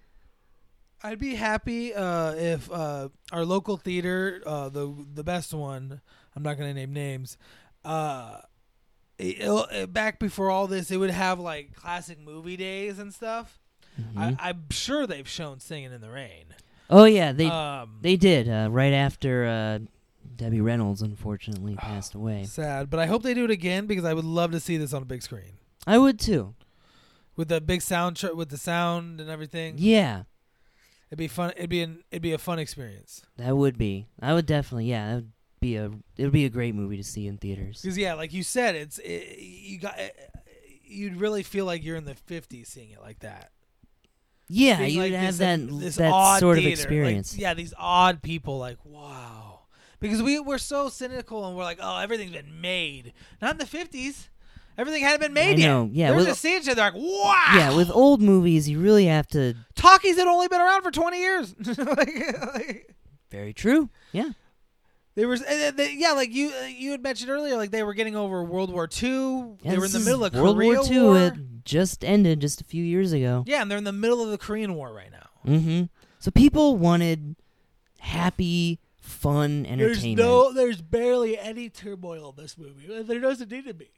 [SPEAKER 2] I'd be happy uh, if uh, our local theater, uh, the the best one, I'm not gonna name names. Uh, it, it'll- it- back before all this, it would have like classic movie days and stuff.
[SPEAKER 1] Mhm.
[SPEAKER 2] I, I'm sure they've shown "Singing in the Rain."
[SPEAKER 1] oh yeah, they
[SPEAKER 2] um,
[SPEAKER 1] they did uh, right after uh, Debbie Reynolds
[SPEAKER 2] *sighs*
[SPEAKER 1] unfortunately passed away.
[SPEAKER 2] sad, but I hope they do it again because I would love to see this on a big screen
[SPEAKER 1] I would too.
[SPEAKER 2] with the big sound tr- with the sound and everything.
[SPEAKER 1] Yeah,
[SPEAKER 2] It'd be fun. It'd be an, it'd be a fun experience.
[SPEAKER 1] that would be. I would definitely. Yeah, that would be a. It would be a great movie to see in theaters.
[SPEAKER 2] Because yeah, like you said, it's it, you got you'd really feel like you're in the 50s seeing it like that.
[SPEAKER 1] Yeah,
[SPEAKER 2] Being
[SPEAKER 1] you'd
[SPEAKER 2] like
[SPEAKER 1] have
[SPEAKER 2] this,
[SPEAKER 1] that
[SPEAKER 2] like, this
[SPEAKER 1] that
[SPEAKER 2] odd
[SPEAKER 1] sort
[SPEAKER 2] theater,
[SPEAKER 1] of
[SPEAKER 2] like,
[SPEAKER 1] experience.
[SPEAKER 2] yeah, these odd people like wow. Because we we're so cynical and we're like, oh, everything's been made. Not in the 50s. Everything hadn't been
[SPEAKER 1] I
[SPEAKER 2] made
[SPEAKER 1] know,
[SPEAKER 2] yet.
[SPEAKER 1] yeah,
[SPEAKER 2] There's
[SPEAKER 1] with-
[SPEAKER 2] a scene they're like, wow.
[SPEAKER 1] Yeah, with old movies, you really have to.
[SPEAKER 2] talkies had only been around for 20 years. *laughs* like, like,
[SPEAKER 1] Very true. Yeah.
[SPEAKER 2] they were, uh, they- yeah, like you uh, you had mentioned earlier, like they were getting over World War II.
[SPEAKER 1] yeah
[SPEAKER 2] they were in
[SPEAKER 1] this
[SPEAKER 2] the
[SPEAKER 1] is
[SPEAKER 2] middle of
[SPEAKER 1] World
[SPEAKER 2] Korea
[SPEAKER 1] War II.
[SPEAKER 2] War.
[SPEAKER 1] It just ended just a few years ago.
[SPEAKER 2] Yeah, and they're in the middle of the Korean War right now.
[SPEAKER 1] Mm-hmm. So people wanted happy, fun entertainment.
[SPEAKER 2] there's barely any turmoil in this movie. There doesn't need to be.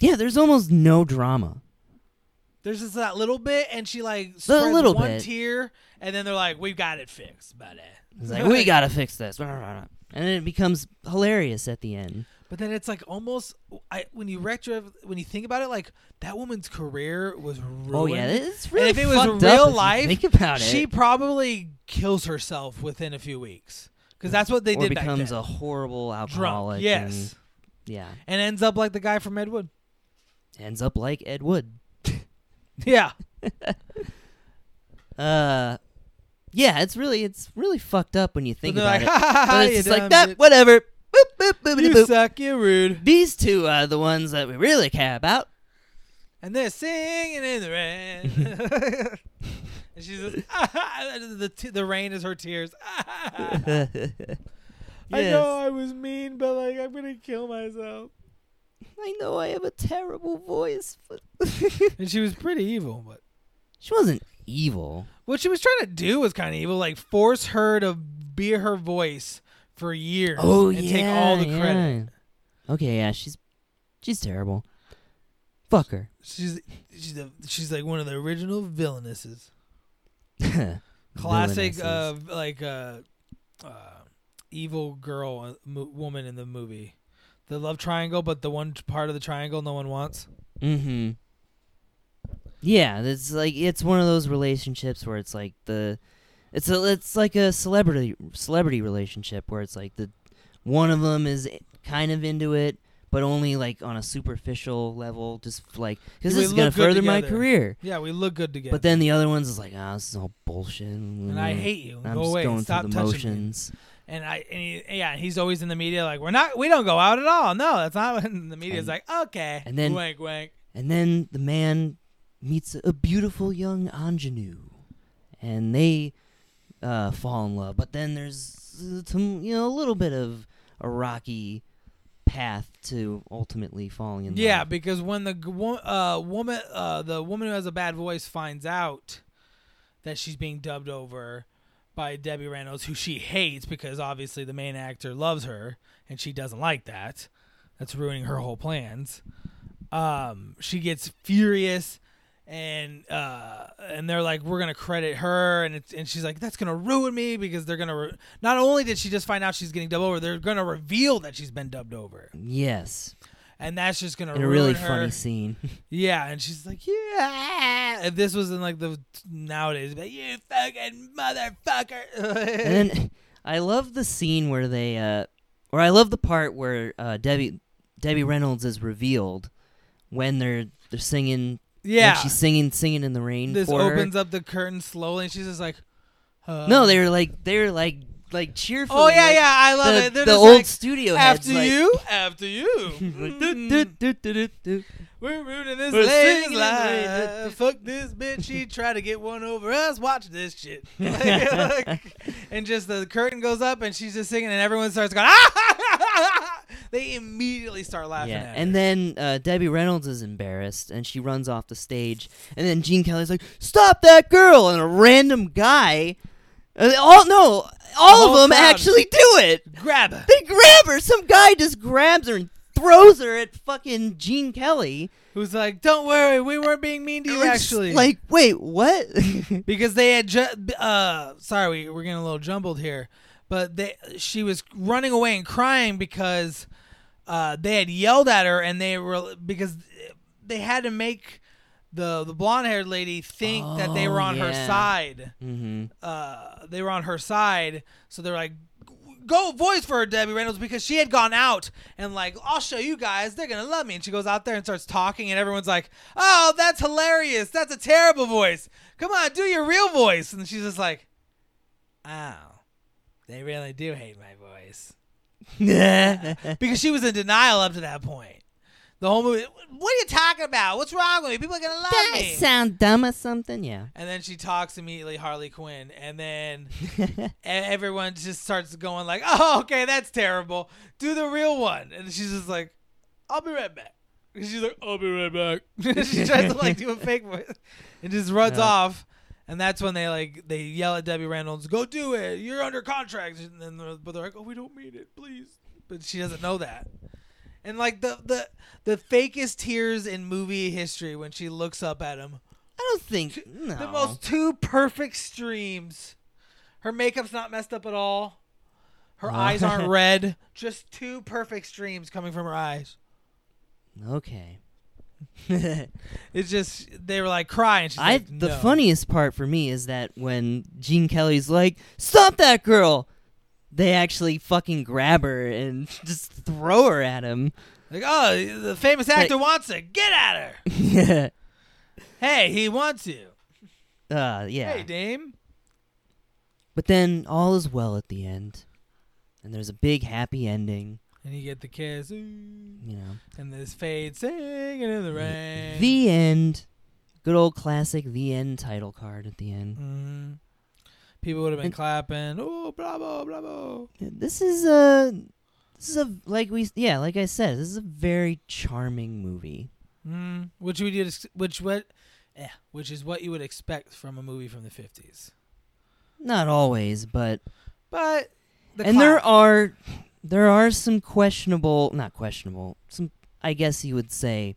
[SPEAKER 1] yeah, there's almost no drama.
[SPEAKER 2] There's just that little bit, and she like spreads
[SPEAKER 1] little
[SPEAKER 2] one
[SPEAKER 1] bit.
[SPEAKER 2] tear, and then they're like, "We've got it fixed, buddy."
[SPEAKER 1] It's like we gotta fix this, and then it becomes hilarious at the end.
[SPEAKER 2] But then it's like almost I when you retro when you think about it, like that woman's career was ruined.
[SPEAKER 1] Oh yeah, it's really
[SPEAKER 2] and if it was
[SPEAKER 1] fucked up
[SPEAKER 2] real
[SPEAKER 1] if you
[SPEAKER 2] life,
[SPEAKER 1] Think about it.
[SPEAKER 2] She probably kills herself within a few weeks because that's what they
[SPEAKER 1] or
[SPEAKER 2] did
[SPEAKER 1] becomes a
[SPEAKER 2] back
[SPEAKER 1] horrible
[SPEAKER 2] then. drunk.
[SPEAKER 1] alcoholic.
[SPEAKER 2] Yes,
[SPEAKER 1] and- yeah.
[SPEAKER 2] and ends up like the guy from Ed Wood. *laughs*
[SPEAKER 1] Ends up like Ed Wood.
[SPEAKER 2] Yeah,
[SPEAKER 1] Uh, yeah, it's really it's really fucked up when you think
[SPEAKER 2] And they're
[SPEAKER 1] about it.
[SPEAKER 2] *laughs* like,
[SPEAKER 1] But it's
[SPEAKER 2] you
[SPEAKER 1] just like
[SPEAKER 2] dumb
[SPEAKER 1] that,
[SPEAKER 2] bitch.
[SPEAKER 1] whatever. Boop boop boop
[SPEAKER 2] You
[SPEAKER 1] boop.
[SPEAKER 2] suck. You rude.
[SPEAKER 1] These two are the ones that we really care
[SPEAKER 2] *laughs*
[SPEAKER 1] about.
[SPEAKER 2] and they're singing in the rain. *laughs* and she's "Ah, just, the t- the rain is her tears. *laughs* Ah,
[SPEAKER 1] *laughs* yes,
[SPEAKER 2] I know I was mean, but like I'm gonna
[SPEAKER 1] *laughs*
[SPEAKER 2] kill myself.
[SPEAKER 1] I know I have a terrible voice, but *laughs*
[SPEAKER 2] And she was pretty evil, but
[SPEAKER 1] she wasn't evil.
[SPEAKER 2] what she was trying to do was kind of evil, like force her to be her voice for years
[SPEAKER 1] Oh
[SPEAKER 2] and
[SPEAKER 1] yeah,
[SPEAKER 2] take all the
[SPEAKER 1] yeah.
[SPEAKER 2] credit.
[SPEAKER 1] Okay, yeah, she's she's terrible. Fuck her. *laughs*
[SPEAKER 2] She's she's a, she's like one of the original villainesses. Classic, uh,
[SPEAKER 1] Villainesses.
[SPEAKER 2] like uh, uh, evil girl uh, mo- woman in the movie. The love triangle, but the one part of the triangle no one wants.
[SPEAKER 1] Mm-hmm. Yeah, it's like it's one of those relationships where it's like the, it's a it's like a celebrity celebrity relationship where it's like the, one of them is kind of into it, but only like on a superficial level, just like because
[SPEAKER 2] We
[SPEAKER 1] this is gonna
[SPEAKER 2] look good
[SPEAKER 1] further my
[SPEAKER 2] together.
[SPEAKER 1] career.
[SPEAKER 2] Yeah, we look good together.
[SPEAKER 1] But then the other ones is like, ah, this is all bullshit.
[SPEAKER 2] and I hate you.
[SPEAKER 1] I'm
[SPEAKER 2] go
[SPEAKER 1] just
[SPEAKER 2] away.
[SPEAKER 1] going
[SPEAKER 2] Stop
[SPEAKER 1] through the
[SPEAKER 2] touching me.
[SPEAKER 1] motions.
[SPEAKER 2] And I, and he, yeah, he's always in the media like we're not, we don't go out at all. No, that's not. *laughs* And the media's
[SPEAKER 1] And-
[SPEAKER 2] like, okay,
[SPEAKER 1] and then-
[SPEAKER 2] wank wank.
[SPEAKER 1] And then the man meets a beautiful young ingenue, and they uh, fall in love. But then there's uh, some, you know a little bit of a rocky path to ultimately falling in
[SPEAKER 2] Yeah,
[SPEAKER 1] love.
[SPEAKER 2] because when the g- wo- uh, woman, uh, the woman who has a bad voice finds out that she's being dubbed over by Debbie Reynolds, who she hates because obviously the main actor loves her and she doesn't like that. That's ruining her whole plans. Um, she gets furious. And uh, and they're like, we're gonna credit her, and it's and she's like, that's gonna ruin me because they're gonna. Re- Not only did she just find out she's getting dubbed over, they're gonna reveal that she's been dubbed over,
[SPEAKER 1] Yes,
[SPEAKER 2] and that's just gonna
[SPEAKER 1] in a
[SPEAKER 2] ruin
[SPEAKER 1] really
[SPEAKER 2] her.
[SPEAKER 1] funny
[SPEAKER 2] *laughs*
[SPEAKER 1] scene.
[SPEAKER 2] Yeah, and she's like, yeah. If this was in like the nowadays, but you fucking motherfucker. *laughs*
[SPEAKER 1] and then I love the scene where they, uh, or I love the part where uh, Debbie Debbie Reynolds is revealed when they're they're singing. when
[SPEAKER 2] yeah,
[SPEAKER 1] she's singing, singing in the rain.
[SPEAKER 2] this
[SPEAKER 1] for her.
[SPEAKER 2] opens up the curtain slowly, and she's just like, uh,
[SPEAKER 1] No, they were like they were like like cheerful.
[SPEAKER 2] Oh yeah,
[SPEAKER 1] like,
[SPEAKER 2] yeah, I love
[SPEAKER 1] The,
[SPEAKER 2] it. They're
[SPEAKER 1] the
[SPEAKER 2] just
[SPEAKER 1] old
[SPEAKER 2] like,
[SPEAKER 1] studio heads,
[SPEAKER 2] after
[SPEAKER 1] like, *laughs*
[SPEAKER 2] you, after you.
[SPEAKER 1] like, "Do, do, do, do, do, do."
[SPEAKER 2] We're ruining this
[SPEAKER 1] We're
[SPEAKER 2] lady's
[SPEAKER 1] singing this way.
[SPEAKER 2] life. *laughs* Fuck this bitch. She tried to get one over us. Watch this shit.
[SPEAKER 1] *laughs*
[SPEAKER 2] Like, *laughs* like, and just the curtain goes up and she's just singing and everyone starts going, ah! They immediately start laughing
[SPEAKER 1] Yeah,
[SPEAKER 2] at her.
[SPEAKER 1] and then uh, Debbie Reynolds is embarrassed and she runs off the stage. And then Gene Kelly's like, "Stop that girl!" And a random guy, uh, all no, all of
[SPEAKER 2] whole
[SPEAKER 1] them
[SPEAKER 2] crowd.
[SPEAKER 1] actually do it.
[SPEAKER 2] grab her.
[SPEAKER 1] They grab her. Some guy just grabs her and throws her at fucking Gene Kelly.
[SPEAKER 2] Who's like, don't worry, we weren't being mean to
[SPEAKER 1] And
[SPEAKER 2] you
[SPEAKER 1] we're just
[SPEAKER 2] actually.
[SPEAKER 1] like, wait, what? *laughs*
[SPEAKER 2] because they had ju- uh sorry we, we're getting a little jumbled here but they she was running away and crying because uh they had yelled at her and they were because they had to make the the blonde haired lady think that they were
[SPEAKER 1] Oh,
[SPEAKER 2] on her
[SPEAKER 1] yeah.
[SPEAKER 2] side
[SPEAKER 1] mm-hmm. *laughs*
[SPEAKER 2] uh they were on her side so they're like go voice for her debbie reynolds because she had gone out and like i'll show you guys they're gonna love me and she goes out there and starts talking and everyone's like oh that's hilarious that's a terrible voice come on do your real voice and she's just like oh they really do hate my voice
[SPEAKER 1] yeah,
[SPEAKER 2] because she was in denial up to that point The whole movie. What are you talking about? What's wrong with me? People are gonna love
[SPEAKER 1] Did I
[SPEAKER 2] me.
[SPEAKER 1] sound dumb or something? Yeah. *laughs*
[SPEAKER 2] and then she talks immediately Harley Quinn, and then e- everyone just starts going like, "Oh, okay, that's terrible. Do the real one." And she's just like, "I'll be right back." And she's like, "I'll be right back." *laughs* she tries to like do a fake voice, and just runs
[SPEAKER 1] Yeah.
[SPEAKER 2] off. And that's when they like they yell at Debbie Reynolds, "Go do it! You're under contract." And then they're, but they're like, "Oh, we don't mean it, please." But she doesn't know that. And like the the the fakest tears in movie history when she looks up at him.
[SPEAKER 1] I don't think no.
[SPEAKER 2] *laughs* The most two perfect streams. Her makeup's not messed up at all. Her
[SPEAKER 1] Wow. *laughs*
[SPEAKER 2] eyes aren't red. Just two perfect streams coming from her eyes. *laughs*
[SPEAKER 1] Okay.
[SPEAKER 2] It's just they were like crying. She's
[SPEAKER 1] I
[SPEAKER 2] like,
[SPEAKER 1] the
[SPEAKER 2] "No."
[SPEAKER 1] funniest part for me is that when Gene Kelly's like, "Stop that girl," they actually fucking grab her and *laughs* just throw her at him. *laughs*
[SPEAKER 2] like oh the famous actor wants it. Get at her.
[SPEAKER 1] yeah.
[SPEAKER 2] Hey, he wants you.
[SPEAKER 1] Uh, yeah.
[SPEAKER 2] Hey, Dame.
[SPEAKER 1] But then all is well at the end, and there's a big happy ending.
[SPEAKER 2] And you get the kiss. ooh,
[SPEAKER 1] You know,
[SPEAKER 2] And this fade singing in the rain.
[SPEAKER 1] the end. Good old classic, the end title card at the end.
[SPEAKER 2] Mhm. People would have been
[SPEAKER 1] And-
[SPEAKER 2] clapping. Oh, bravo, bravo.
[SPEAKER 1] This is a, this is a like we yeah like I said, this is a very charming movie.
[SPEAKER 2] Mm, which we did, which what, eh, which is what you would expect from a movie from the fifties.
[SPEAKER 1] Not always, but
[SPEAKER 2] But the
[SPEAKER 1] and
[SPEAKER 2] cla-
[SPEAKER 1] there are there are some questionable not questionable some i guess you would say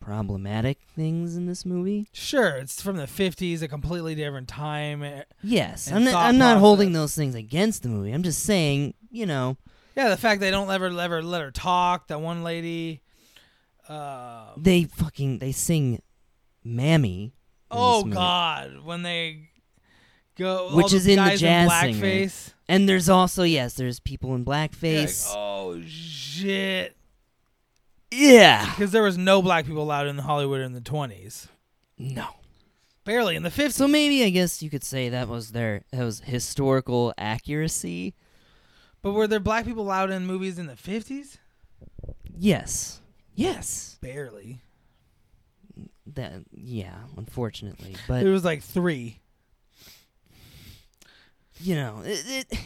[SPEAKER 1] problematic things in this movie
[SPEAKER 2] sure it's from the fifties, a completely different time. Eh,
[SPEAKER 1] yes
[SPEAKER 2] And
[SPEAKER 1] i'm not,
[SPEAKER 2] thought
[SPEAKER 1] I'm not holding
[SPEAKER 2] process.
[SPEAKER 1] those things against the movie i'm just saying you know
[SPEAKER 2] Yeah, the fact they don't ever, ever let her talk. That one lady. Uh,
[SPEAKER 1] they fucking they sing mammy in
[SPEAKER 2] oh
[SPEAKER 1] this movie.
[SPEAKER 2] God, when they go, all
[SPEAKER 1] Which
[SPEAKER 2] the
[SPEAKER 1] is in the
[SPEAKER 2] guys
[SPEAKER 1] jazz singer.
[SPEAKER 2] blackface.
[SPEAKER 1] and there's also yes there's people in
[SPEAKER 2] You're like,
[SPEAKER 1] blackface
[SPEAKER 2] oh shit!
[SPEAKER 1] yeah
[SPEAKER 2] Because there was no black people allowed in Hollywood in the twenties,
[SPEAKER 1] no
[SPEAKER 2] barely in the fifties.
[SPEAKER 1] so maybe i guess you could say that was their that was historical accuracy
[SPEAKER 2] But were there black people allowed in movies in the fifties?
[SPEAKER 1] yes yes
[SPEAKER 2] Barely.
[SPEAKER 1] That yeah, unfortunately,
[SPEAKER 2] there
[SPEAKER 1] but
[SPEAKER 2] was like three.
[SPEAKER 1] you know, it, it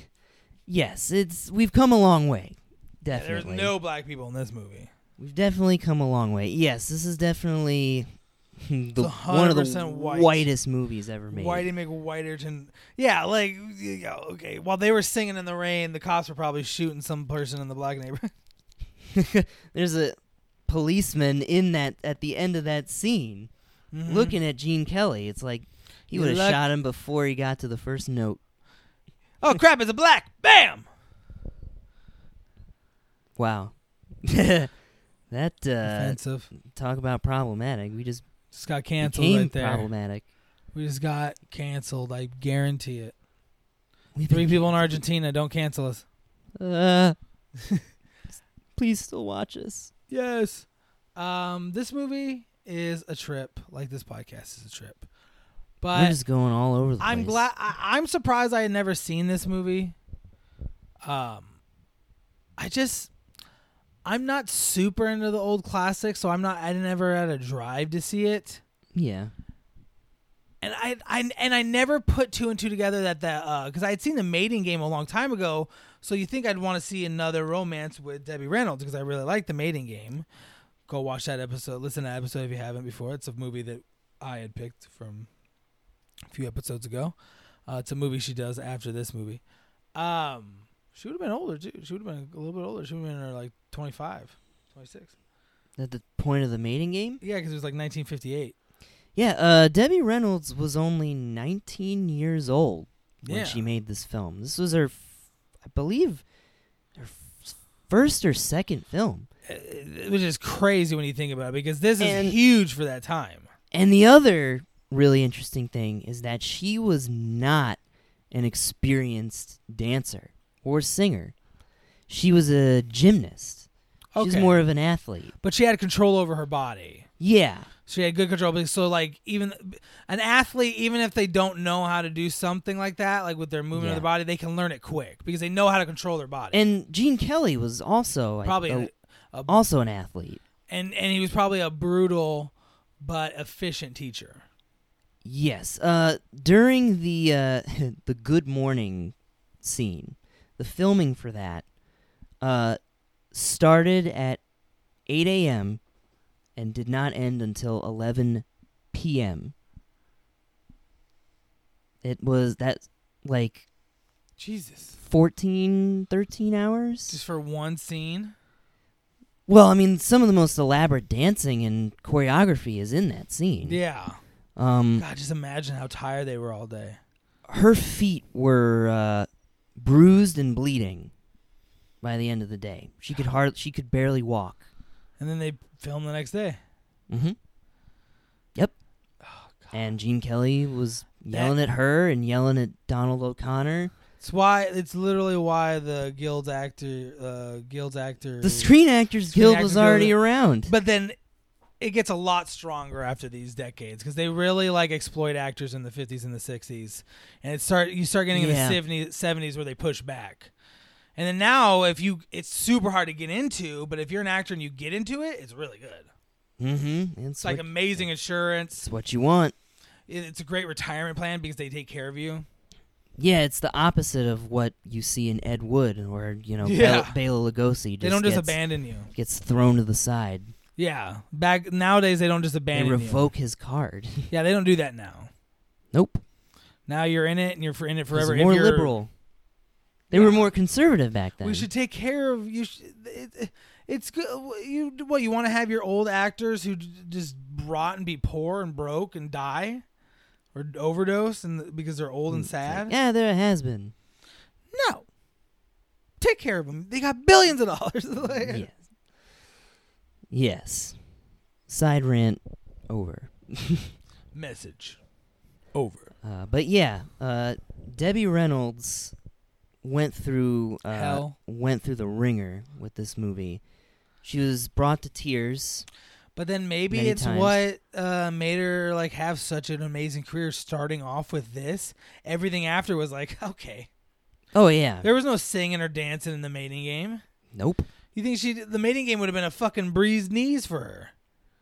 [SPEAKER 1] yes, it's we've come a long way.
[SPEAKER 2] There's
[SPEAKER 1] Definitely.
[SPEAKER 2] no black people in this movie.
[SPEAKER 1] We've definitely come a long way. Yes, this is definitely *laughs* the
[SPEAKER 2] a
[SPEAKER 1] one of the
[SPEAKER 2] 100% white.
[SPEAKER 1] whitest movies ever made.
[SPEAKER 2] Whitey McWhiterton. Yeah, like you know, okay. While they were singing in the rain, the cops were probably shooting some person in the black neighborhood.
[SPEAKER 1] *laughs*
[SPEAKER 2] *laughs*
[SPEAKER 1] There's a policeman in that at the end of that scene
[SPEAKER 2] Mhm.
[SPEAKER 1] looking at Gene Kelly. It's like he
[SPEAKER 2] You
[SPEAKER 1] would have
[SPEAKER 2] luck-
[SPEAKER 1] shot him before he got to the first note.
[SPEAKER 2] Oh crap! It's a black. Bam.
[SPEAKER 1] Wow. *laughs* that uh
[SPEAKER 2] Offensive.
[SPEAKER 1] talk about problematic. We just
[SPEAKER 2] Just got canceled
[SPEAKER 1] became
[SPEAKER 2] right there.
[SPEAKER 1] problematic.
[SPEAKER 2] We just got canceled. I guarantee it.
[SPEAKER 1] We've
[SPEAKER 2] Three
[SPEAKER 1] been
[SPEAKER 2] people in Argentina don't cancel us.
[SPEAKER 1] *laughs* Uh, *laughs* please still watch us.
[SPEAKER 2] Yes. Um, this movie is a trip. Like this podcast is a trip. But
[SPEAKER 1] We're just going all over the
[SPEAKER 2] I'm
[SPEAKER 1] place.
[SPEAKER 2] glad. I, I'm surprised I had never seen this movie. Um, I just, I'm not super into the old classics, so I'm not. I never had a drive to see it,
[SPEAKER 1] Yeah.
[SPEAKER 2] and I, I, and I never put two and two together that that because I had seen the Mating Game a long time ago. So you think I'd want to see another romance with Debbie Reynolds because I really like the Mating Game. Go watch that episode. Listen to that episode if you haven't before. It's a movie that I had picked from a few episodes ago. Uh, it's a movie she does after this movie. Um, she would have been older too. She would have been a little bit older. She would have been in her like 25, 26.
[SPEAKER 1] At the point of the mating game?
[SPEAKER 2] Yeah, because it was like 1958.
[SPEAKER 1] Yeah, uh, Debbie Reynolds was only 19 years old when
[SPEAKER 2] Yeah.
[SPEAKER 1] she made this film. This was her, f- I believe, her f- first or second film.
[SPEAKER 2] It- uh, Which is crazy when you think about it because this is
[SPEAKER 1] And-
[SPEAKER 2] huge for that time.
[SPEAKER 1] And the other really interesting thing is that she was not an experienced dancer or singer. She was a gymnast. She's
[SPEAKER 2] Okay.
[SPEAKER 1] more of an athlete.
[SPEAKER 2] But she had control over her body.
[SPEAKER 1] Yeah.
[SPEAKER 2] She had good control. because- So like even an athlete, even if they don't know how to do something like that, like with their movement of
[SPEAKER 1] Yeah.
[SPEAKER 2] their body, they can learn it quick because they know how to control their body.
[SPEAKER 1] And Gene Kelly was also I-
[SPEAKER 2] Probably
[SPEAKER 1] a-
[SPEAKER 2] a- a-
[SPEAKER 1] also an athlete.
[SPEAKER 2] and and he was probably a brutal but efficient teacher.
[SPEAKER 1] Yes. Uh, during the uh, *laughs* the Good Morning scene, the filming for that uh, started at 8 a.m. and did not end until 11 p.m. It was that like
[SPEAKER 2] Jesus.
[SPEAKER 1] 14, 13 hours.
[SPEAKER 2] Just for one scene.
[SPEAKER 1] well, I mean, some of the most elaborate dancing and choreography is in that scene.
[SPEAKER 2] Yeah.
[SPEAKER 1] Um,
[SPEAKER 2] God, just imagine how tired they were all day.
[SPEAKER 1] her feet were uh, bruised and bleeding by the end of the day. She could hard she could barely walk.
[SPEAKER 2] And then they filmed the next day.
[SPEAKER 1] Mm-hmm. Yep.
[SPEAKER 2] Oh, God.
[SPEAKER 1] and Gene Kelly was yelling at her and yelling at Donald O'Connor.
[SPEAKER 2] It's why it's literally why the guild actor uh guild actor
[SPEAKER 1] The Screen Actors
[SPEAKER 2] Screen
[SPEAKER 1] Guild
[SPEAKER 2] Actors
[SPEAKER 1] was already
[SPEAKER 2] Guild.
[SPEAKER 1] around.
[SPEAKER 2] But then it gets a lot stronger after these decades because they really like exploit actors in the 50s and the 60s, and it start you start getting
[SPEAKER 1] Yeah.
[SPEAKER 2] in the 70s, 70s where they push back, and then now if you it's super hard to get into, but if you're an actor and you get into it, it's really good.
[SPEAKER 1] mm-hmm. It's,
[SPEAKER 2] It's like
[SPEAKER 1] what,
[SPEAKER 2] amazing insurance.
[SPEAKER 1] it's what you want.
[SPEAKER 2] It- It's a great retirement plan because they take care of you.
[SPEAKER 1] Yeah, it's the opposite of what you see in Ed Wood or you know
[SPEAKER 2] Yeah.
[SPEAKER 1] Bela, Bela Lugosi. Just
[SPEAKER 2] They don't just
[SPEAKER 1] gets,
[SPEAKER 2] abandon you.
[SPEAKER 1] gets thrown to the side.
[SPEAKER 2] Yeah, back nowadays they don't just
[SPEAKER 1] They
[SPEAKER 2] abandon
[SPEAKER 1] revoke his card. *laughs*
[SPEAKER 2] you. Yeah, they don't do that now.
[SPEAKER 1] nope.
[SPEAKER 2] Now you're in it, and you're for in it forever.
[SPEAKER 1] was
[SPEAKER 2] If
[SPEAKER 1] more
[SPEAKER 2] you're-
[SPEAKER 1] liberal. They were more conservative back then.
[SPEAKER 2] We should take care of you. Sh- it, it- it's good. You what? You want to have your old actors who d- just rot and be poor and broke and die, or overdose, and because they're old and
[SPEAKER 1] It's like,
[SPEAKER 2] sad.
[SPEAKER 1] yeah, there has been.
[SPEAKER 2] No, take care of them. They got billions of dollars. *laughs* Like,
[SPEAKER 1] Yes. Yes. Side rant over.
[SPEAKER 2] Message over.
[SPEAKER 1] Uh, but yeah, uh, Debbie Reynolds went through uh,
[SPEAKER 2] Hell.
[SPEAKER 1] went through the ringer with this movie. She was brought to tears.
[SPEAKER 2] But then maybe
[SPEAKER 1] Many
[SPEAKER 2] it's
[SPEAKER 1] times.
[SPEAKER 2] what uh, made her like have such an amazing career. Starting off with this, everything after was like *laughs* okay.
[SPEAKER 1] Oh yeah.
[SPEAKER 2] There was no singing or dancing in the mating game.
[SPEAKER 1] nope.
[SPEAKER 2] You think she the mating game would have been a fucking breeze knees for her?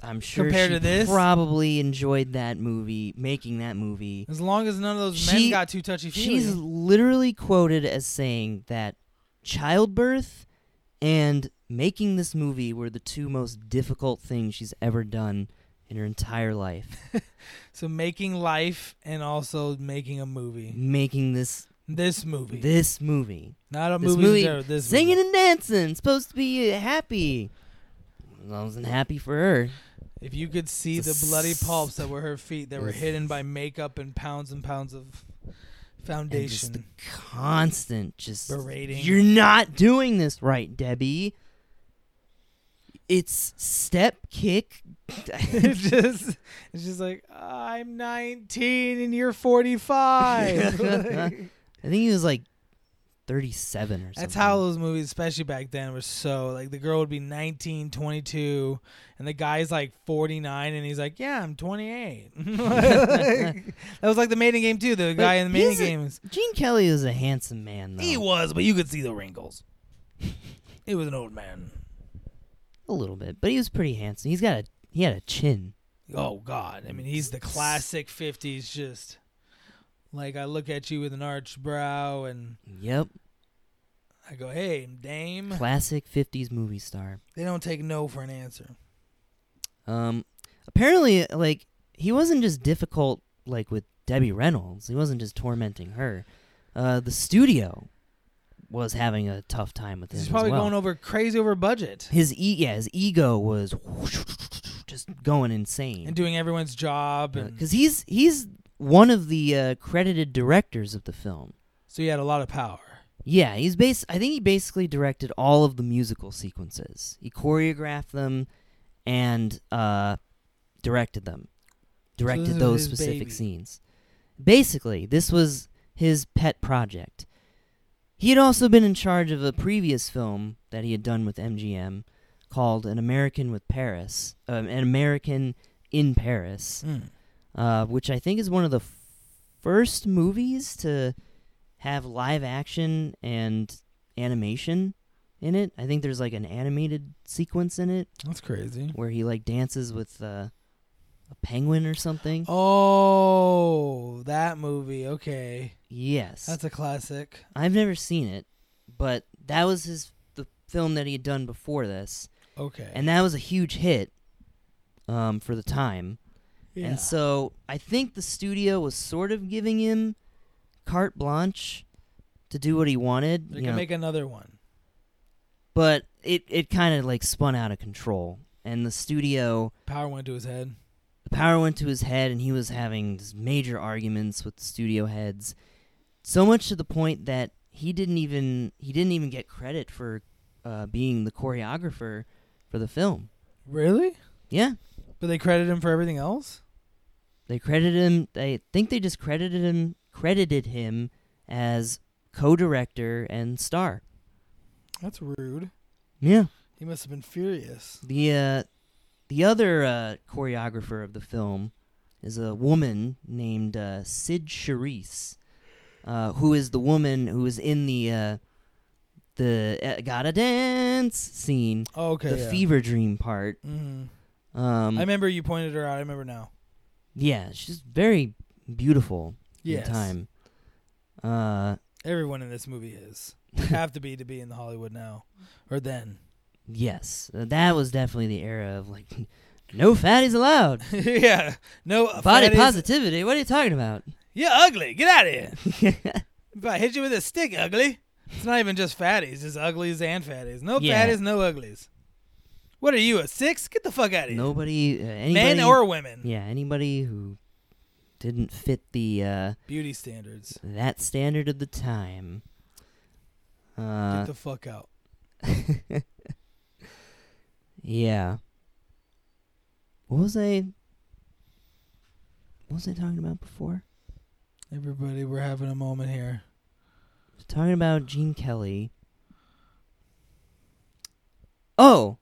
[SPEAKER 1] I'm sure
[SPEAKER 2] compared
[SPEAKER 1] she
[SPEAKER 2] to this-
[SPEAKER 1] probably enjoyed that movie, making that movie.
[SPEAKER 2] As long as none of those men
[SPEAKER 1] She-
[SPEAKER 2] got too touchy
[SPEAKER 1] She's
[SPEAKER 2] feely.
[SPEAKER 1] literally quoted as saying that childbirth and making this movie were the two most difficult things she's ever done in her entire life.
[SPEAKER 2] So making life and also making a movie.
[SPEAKER 1] making this
[SPEAKER 2] This movie,
[SPEAKER 1] this movie,
[SPEAKER 2] not a
[SPEAKER 1] this
[SPEAKER 2] movie.
[SPEAKER 1] movie,
[SPEAKER 2] Zero, this
[SPEAKER 1] singing
[SPEAKER 2] movie.
[SPEAKER 1] and dancing, supposed to be happy. I wasn't happy for her.
[SPEAKER 2] If you could see
[SPEAKER 1] It's a
[SPEAKER 2] the bloody
[SPEAKER 1] s-
[SPEAKER 2] pulps that were her feet that were
[SPEAKER 1] it's-
[SPEAKER 2] hidden by makeup and pounds and pounds of
[SPEAKER 1] And
[SPEAKER 2] *laughs*
[SPEAKER 1] just the
[SPEAKER 2] foundation.
[SPEAKER 1] constant, just
[SPEAKER 2] Berating.
[SPEAKER 1] You're not doing this right, Debbie. It's step kick.
[SPEAKER 2] it's just, it's just like I'm 19 and
[SPEAKER 1] *laughs*
[SPEAKER 2] you're 45. Like-
[SPEAKER 1] I think he was like 37 or something.
[SPEAKER 2] That's how those movies, especially back then, were so like the girl would be 19, 22, and the guy's like 49, and he's like, "Yeah, I'm 28." that was *laughs* like the mating game too. The guy in the mating
[SPEAKER 1] he's a-
[SPEAKER 2] game was,
[SPEAKER 1] Gene Kelly was a handsome man, though.
[SPEAKER 2] he was, but you could see the wrinkles. *laughs* he was an old man.
[SPEAKER 1] a little bit, but he was pretty handsome. He's got a he had a chin.
[SPEAKER 2] Oh God, I mean, he's the classic 50s, just like I look at you with an arched brow, and
[SPEAKER 1] Yep,
[SPEAKER 2] I go, "Hey,
[SPEAKER 1] *sighs*
[SPEAKER 2] dame."
[SPEAKER 1] classic 50s movie star.
[SPEAKER 2] They don't take no for an answer.
[SPEAKER 1] Um, apparently, like he wasn't just difficult like with Debbie Reynolds. He wasn't just tormenting her. Uh, the studio was having a tough time with him.
[SPEAKER 2] He's
[SPEAKER 1] as
[SPEAKER 2] probably
[SPEAKER 1] well.
[SPEAKER 2] going over crazy over budget.
[SPEAKER 1] his e- yeah, his ego was *laughs* just going insane.
[SPEAKER 2] and doing everyone's job and
[SPEAKER 1] because he's he's one of the uh, credited directors of the film.
[SPEAKER 2] so he had a lot of power
[SPEAKER 1] Yeah, he's bas- I think he basically directed all of the musical sequences. He choreographed them and uh, directed them, directed
[SPEAKER 2] this was
[SPEAKER 1] those
[SPEAKER 2] his
[SPEAKER 1] specific
[SPEAKER 2] baby.
[SPEAKER 1] scenes. Basically, this was his pet project. He had also been in charge of a previous film that he had done with MGM called An American with Paris, um, An American in Paris
[SPEAKER 2] Hmm,
[SPEAKER 1] uh, which I think is one of the f- first movies to have live action and animation in in it. I think there's like an animated sequence in it
[SPEAKER 2] That's crazy.
[SPEAKER 1] where he like dances with uh, a penguin or something.
[SPEAKER 2] Oh, that movie. Okay,
[SPEAKER 1] yes,
[SPEAKER 2] that's a classic.
[SPEAKER 1] I've never seen it, but that was his the film that he had done before this,
[SPEAKER 2] Okay,
[SPEAKER 1] and that was a huge hit um, for the time. And so I think the studio was sort of giving him carte blanche to do what he wanted,
[SPEAKER 2] they
[SPEAKER 1] you
[SPEAKER 2] can
[SPEAKER 1] know,
[SPEAKER 2] make another one.
[SPEAKER 1] but it it kind of like spun out of control, and the studio
[SPEAKER 2] Power went to his head.
[SPEAKER 1] the power went to his head, and he was having these major arguments with studio heads, so much to the point that he didn't even he didn't even get credit for uh, being the choreographer for the film.
[SPEAKER 2] Really?
[SPEAKER 1] Yeah,
[SPEAKER 2] But they credit him for everything else.
[SPEAKER 1] they credited him. They think they just credited him credited him as co-director and star.
[SPEAKER 2] That's rude.
[SPEAKER 1] Yeah.
[SPEAKER 2] He must have been furious.
[SPEAKER 1] The uh, the other uh, choreographer of the film is a woman named uh, Sid Charisse, uh, who is the woman who is in the uh, the uh, gotta dance scene,
[SPEAKER 2] Oh, okay.
[SPEAKER 1] the
[SPEAKER 2] yeah.
[SPEAKER 1] fever dream part.
[SPEAKER 2] hmm
[SPEAKER 1] Um,
[SPEAKER 2] I remember you pointed her out. I remember now.
[SPEAKER 1] yeah, she's very beautiful
[SPEAKER 2] Yes.
[SPEAKER 1] in time. Uh,
[SPEAKER 2] Everyone in this movie is
[SPEAKER 1] *laughs*
[SPEAKER 2] have to be to be in the Hollywood now or then. *laughs*
[SPEAKER 1] yes, uh, that was definitely the era of like *laughs* no fatties allowed,
[SPEAKER 2] yeah. No uh,
[SPEAKER 1] body
[SPEAKER 2] fat is-
[SPEAKER 1] positivity. What are you talking
[SPEAKER 2] *laughs*
[SPEAKER 1] about?
[SPEAKER 2] You're ugly. Get out of here. if I hit you with a stick, ugly. It's not even just fatties. It's uglies and fatties. No
[SPEAKER 1] Yeah.
[SPEAKER 2] fatties, no uglies. What are you, a six? Get the fuck out of here.
[SPEAKER 1] *laughs* Nobody, uh, anybody,
[SPEAKER 2] Men or women.
[SPEAKER 1] Yeah, anybody who didn't fit the uh,
[SPEAKER 2] Beauty standards.
[SPEAKER 1] that standard of the time.
[SPEAKER 2] Get
[SPEAKER 1] Uh,
[SPEAKER 2] the fuck out.
[SPEAKER 1] yeah. What was I? What was I talking about before?
[SPEAKER 2] Everybody, we're having a moment here.
[SPEAKER 1] I was talking about Gene Kelly. Oh.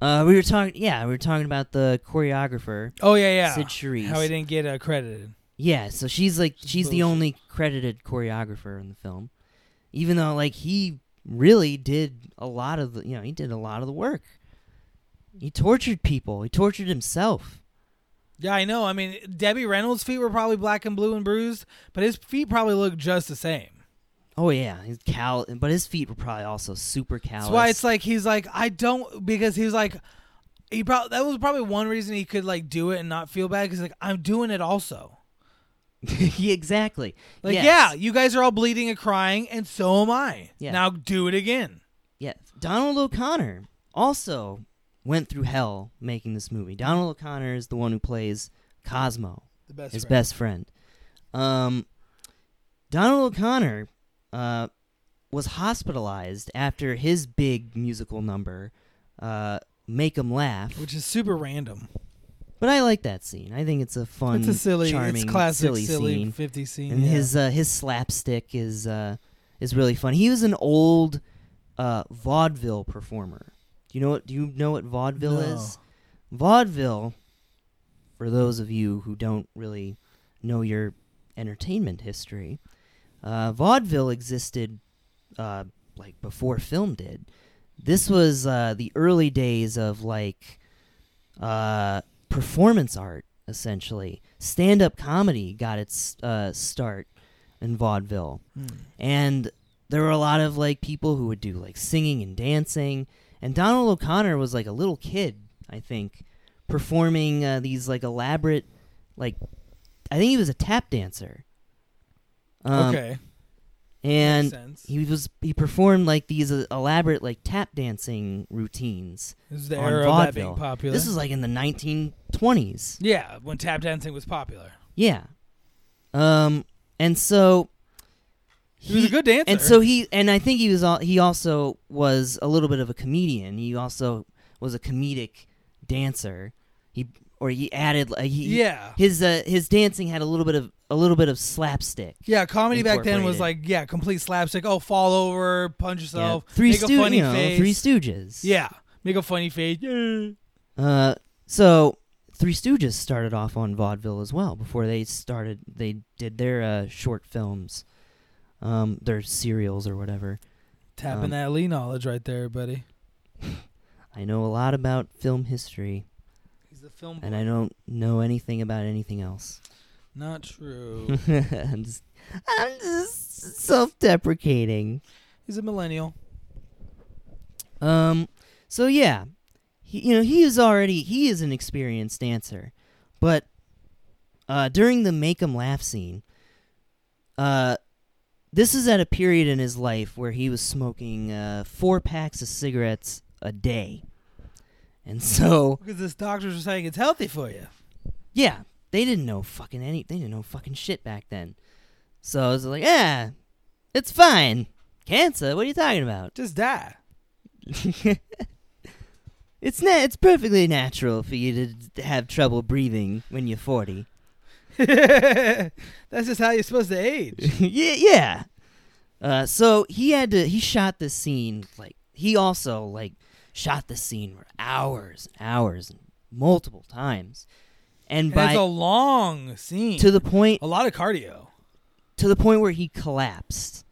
[SPEAKER 1] Uh, we were talking. Yeah, we were talking about the choreographer,
[SPEAKER 2] Oh, yeah, yeah.
[SPEAKER 1] Sid Charisse.
[SPEAKER 2] How he didn't get uh, accredited.
[SPEAKER 1] Yeah, so she's like
[SPEAKER 2] Just
[SPEAKER 1] she's
[SPEAKER 2] bullshit.
[SPEAKER 1] the only credited choreographer in the film, even though like he really did a lot of the you know he did a lot of the work. He tortured people. He tortured himself.
[SPEAKER 2] Yeah, I know. I mean, Debbie Reynolds' feet were probably black and blue and bruised, but his feet probably looked just the same.
[SPEAKER 1] Oh yeah, his cal, but his feet were probably also super callous.
[SPEAKER 2] That's why it's like he's like I don't because he's like he probably that was probably one reason he could like do it and not feel bad because like I'm doing it also.
[SPEAKER 1] yeah, *laughs* exactly.
[SPEAKER 2] Like
[SPEAKER 1] Yes.
[SPEAKER 2] yeah, you guys are all bleeding and crying, and so am I.
[SPEAKER 1] Yeah.
[SPEAKER 2] Now do it again.
[SPEAKER 1] Yeah, Donald O'Connor also went through hell making this movie. Donald O'Connor is the one who plays Cosmo.
[SPEAKER 2] The best.
[SPEAKER 1] his best friend. Um, Donald O'Connor uh, was hospitalized after his big musical number, uh, "Make 'Em Laugh,"
[SPEAKER 2] which is super random.
[SPEAKER 1] but I like that scene. I think it's a *laughs* fun,
[SPEAKER 2] it's a silly,
[SPEAKER 1] charming,
[SPEAKER 2] it's classic
[SPEAKER 1] silly, scene.
[SPEAKER 2] fifty scene.
[SPEAKER 1] And
[SPEAKER 2] yeah.
[SPEAKER 1] his uh, his slapstick is uh, is really fun. He was an old uh, vaudeville performer. Do you know what? Do you know what vaudeville
[SPEAKER 2] No.
[SPEAKER 1] is? vaudeville for those of you who don't really know your entertainment history uh, vaudeville existed uh, like before film did this was uh, the early days of like uh, performance art essentially stand-up comedy got its uh, start in vaudeville
[SPEAKER 2] Hmm.
[SPEAKER 1] and there were a lot of like people who would do like singing and dancing and donald o'connor was like a little kid i think performing uh, these like elaborate like i think he was a tap dancer um,
[SPEAKER 2] okay,
[SPEAKER 1] and
[SPEAKER 2] makes sense.
[SPEAKER 1] he was he performed like these uh, elaborate like tap dancing routines
[SPEAKER 2] this is the
[SPEAKER 1] on
[SPEAKER 2] era of that being
[SPEAKER 1] vaudeville.
[SPEAKER 2] popular.
[SPEAKER 1] this was like in the 1920s
[SPEAKER 2] yeah, when tap dancing was popular.
[SPEAKER 1] yeah um and so
[SPEAKER 2] He, was a good dancer.
[SPEAKER 1] And so he and I think he was al- he also was a little bit of a comedian. He also was a comedic dancer. He or he added like he,
[SPEAKER 2] yeah,
[SPEAKER 1] his uh, his dancing had a little bit of a little bit of slapstick.
[SPEAKER 2] Yeah, comedy back then was
[SPEAKER 1] incorporated.
[SPEAKER 2] like yeah, complete slapstick. Oh, fall over, punch
[SPEAKER 1] Yeah.
[SPEAKER 2] yourself,
[SPEAKER 1] Three
[SPEAKER 2] make
[SPEAKER 1] Stoo-
[SPEAKER 2] a funny
[SPEAKER 1] you know,
[SPEAKER 2] face.
[SPEAKER 1] Three Stooges.
[SPEAKER 2] yeah, make a funny face. Yeah.
[SPEAKER 1] Uh, so Three Stooges started off on vaudeville as well before they started they did their uh, short films, um, their serials or whatever.
[SPEAKER 2] Tapping
[SPEAKER 1] Um,
[SPEAKER 2] that Lee knowledge right there, buddy.
[SPEAKER 1] I know a lot about film history,
[SPEAKER 2] He's the film.
[SPEAKER 1] and I don't know anything about anything else. *laughs*
[SPEAKER 2] Not true.
[SPEAKER 1] I'm just, I'm just self-deprecating.
[SPEAKER 2] He's a millennial.
[SPEAKER 1] Um, so yeah, he, you know he is already he is an experienced dancer, but uh, during the make him laugh scene, uh, this is at a period in his life where he was smoking uh, four packs of cigarettes a day, and so
[SPEAKER 2] Because this doctors were saying it's healthy for you.
[SPEAKER 1] yeah, they didn't know fucking any. They didn't know fucking shit back then. So I was like, yeah, it's fine. Cancer? What are you talking about? *laughs*
[SPEAKER 2] Just die. *laughs*
[SPEAKER 1] it's na- it's perfectly natural for you to d- have trouble breathing when you're
[SPEAKER 2] *laughs*
[SPEAKER 1] 40.
[SPEAKER 2] That's just how you're supposed to age.
[SPEAKER 1] *laughs* yeah, yeah. Uh, so he had to he shot this scene like he also like shot the scene for hours and hours and multiple times. And
[SPEAKER 2] And it's
[SPEAKER 1] by
[SPEAKER 2] a long scene.
[SPEAKER 1] to the point
[SPEAKER 2] a lot of cardio.
[SPEAKER 1] to the point where he collapsed.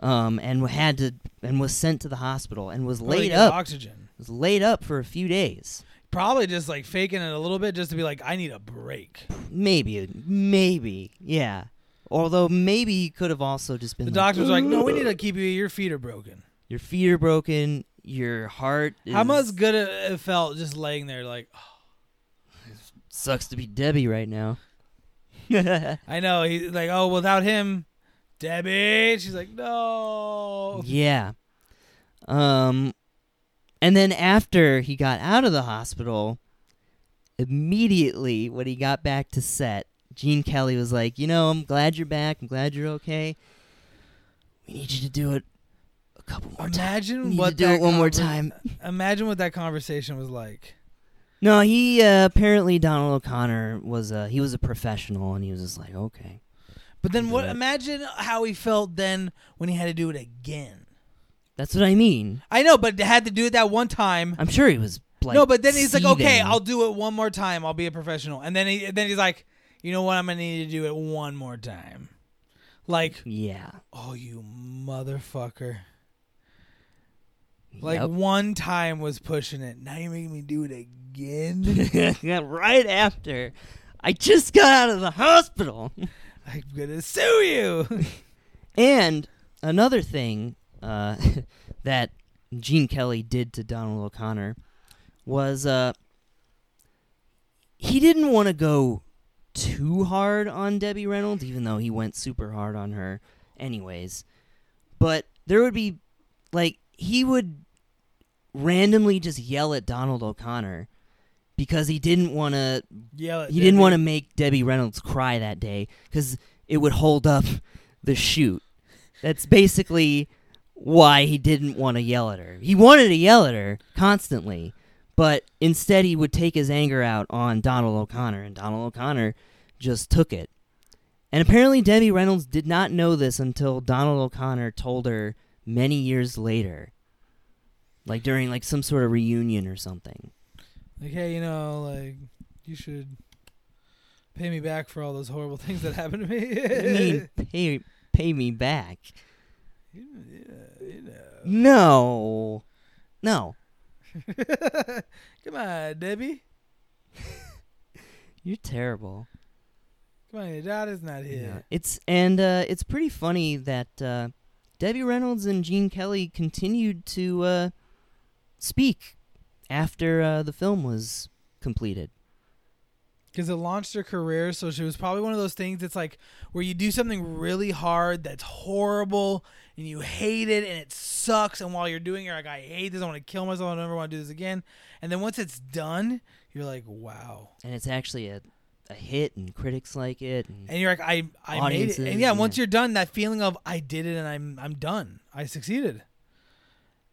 [SPEAKER 1] Um, and had to and was sent to the hospital and was
[SPEAKER 2] Probably
[SPEAKER 1] laid
[SPEAKER 2] good
[SPEAKER 1] up
[SPEAKER 2] Oxygen.
[SPEAKER 1] was laid up for a few days.
[SPEAKER 2] Probably just like faking it a little bit just to be like, I need a break.
[SPEAKER 1] Maybe, maybe, yeah. Although maybe he could have also just been
[SPEAKER 2] The
[SPEAKER 1] like,
[SPEAKER 2] doctor's like, no, we need to keep you. Your feet are broken.
[SPEAKER 1] your feet are broken, your heart. Is,
[SPEAKER 2] How much good it it felt just laying there like,
[SPEAKER 1] sucks to be Debbie right now? *laughs*
[SPEAKER 2] I know. He's like, oh, without him, Debbie. She's like, no.
[SPEAKER 1] yeah. Um, and then after he got out of the hospital, immediately when he got back to set, Gene Kelly was like, "You know, I'm glad you're back. I'm glad you're okay. We need you to do it a couple more times." We
[SPEAKER 2] Imagine
[SPEAKER 1] need
[SPEAKER 2] what
[SPEAKER 1] to do
[SPEAKER 2] that
[SPEAKER 1] it one more
[SPEAKER 2] conver-
[SPEAKER 1] time.
[SPEAKER 2] Imagine what that conversation was like.
[SPEAKER 1] No, he uh, apparently Donald O'Connor was uh, he was a professional, and he was just like, okay,
[SPEAKER 2] But then
[SPEAKER 1] Do
[SPEAKER 2] what?
[SPEAKER 1] it.
[SPEAKER 2] Imagine how he felt then when he had to do it again.
[SPEAKER 1] that's what I mean.
[SPEAKER 2] I know, but they had to do it that one time.
[SPEAKER 1] I'm sure he was like,
[SPEAKER 2] no, but then he's like, okay,
[SPEAKER 1] seething.
[SPEAKER 2] I'll do it one more time. I'll be a professional. And then he, then he's like, you know what? I'm gonna need to do it one more time. Like,
[SPEAKER 1] yeah,
[SPEAKER 2] oh, you motherfucker! Like
[SPEAKER 1] like
[SPEAKER 2] one time was pushing it. Now you're making me do it
[SPEAKER 1] *laughs*
[SPEAKER 2] again.
[SPEAKER 1] right after I just got out of the hospital.
[SPEAKER 2] I'm gonna sue you. *laughs*
[SPEAKER 1] And another thing uh, *laughs* that Gene Kelly did to Donald O'Connor was uh, he didn't want to go too hard on Debbie Reynolds, even though he went super hard on her, anyways. But there would be, like, he would randomly just yell at Donald O'Connor because he didn't want to
[SPEAKER 2] Yell at
[SPEAKER 1] he didn't
[SPEAKER 2] uh, Debbie.
[SPEAKER 1] want to make Debbie Reynolds cry that day because it would hold up the shoot. That's basically why he didn't want to yell at her. He wanted to yell at her constantly, but instead he would take his anger out on Donald O'Connor, and Donald O'Connor just took it. And apparently, Debbie Reynolds did not know this until Donald O'Connor told her many years later, like during like some sort of reunion or something.
[SPEAKER 2] Like, hey, you know, like you should pay me back for all those horrible things that happened to me. *laughs*
[SPEAKER 1] I *laughs* mean, pay pay me back.
[SPEAKER 2] Yeah, you know.
[SPEAKER 1] No. No.
[SPEAKER 2] *laughs* Come on, Debbie.
[SPEAKER 1] You're terrible.
[SPEAKER 2] Come on, your daughter's not
[SPEAKER 1] Yeah.
[SPEAKER 2] here.
[SPEAKER 1] It's and uh, it's pretty funny that uh, Debbie Reynolds and Gene Kelly continued to uh, speak after uh, the film was completed.
[SPEAKER 2] Because it launched her career, so she was probably one of those things that's like where you do something really hard that's horrible and you hate it and it sucks. And while you're doing it, you're like, I hate this. I want to kill myself. I don't ever want to do this again. And then once it's done, you're like, wow.
[SPEAKER 1] And it's actually a, a hit and critics like it. And,
[SPEAKER 2] and you're like I I made it. And
[SPEAKER 1] Audiences,
[SPEAKER 2] yeah, once
[SPEAKER 1] yeah.
[SPEAKER 2] you're done, that feeling of I did it and I'm I'm done. I succeeded.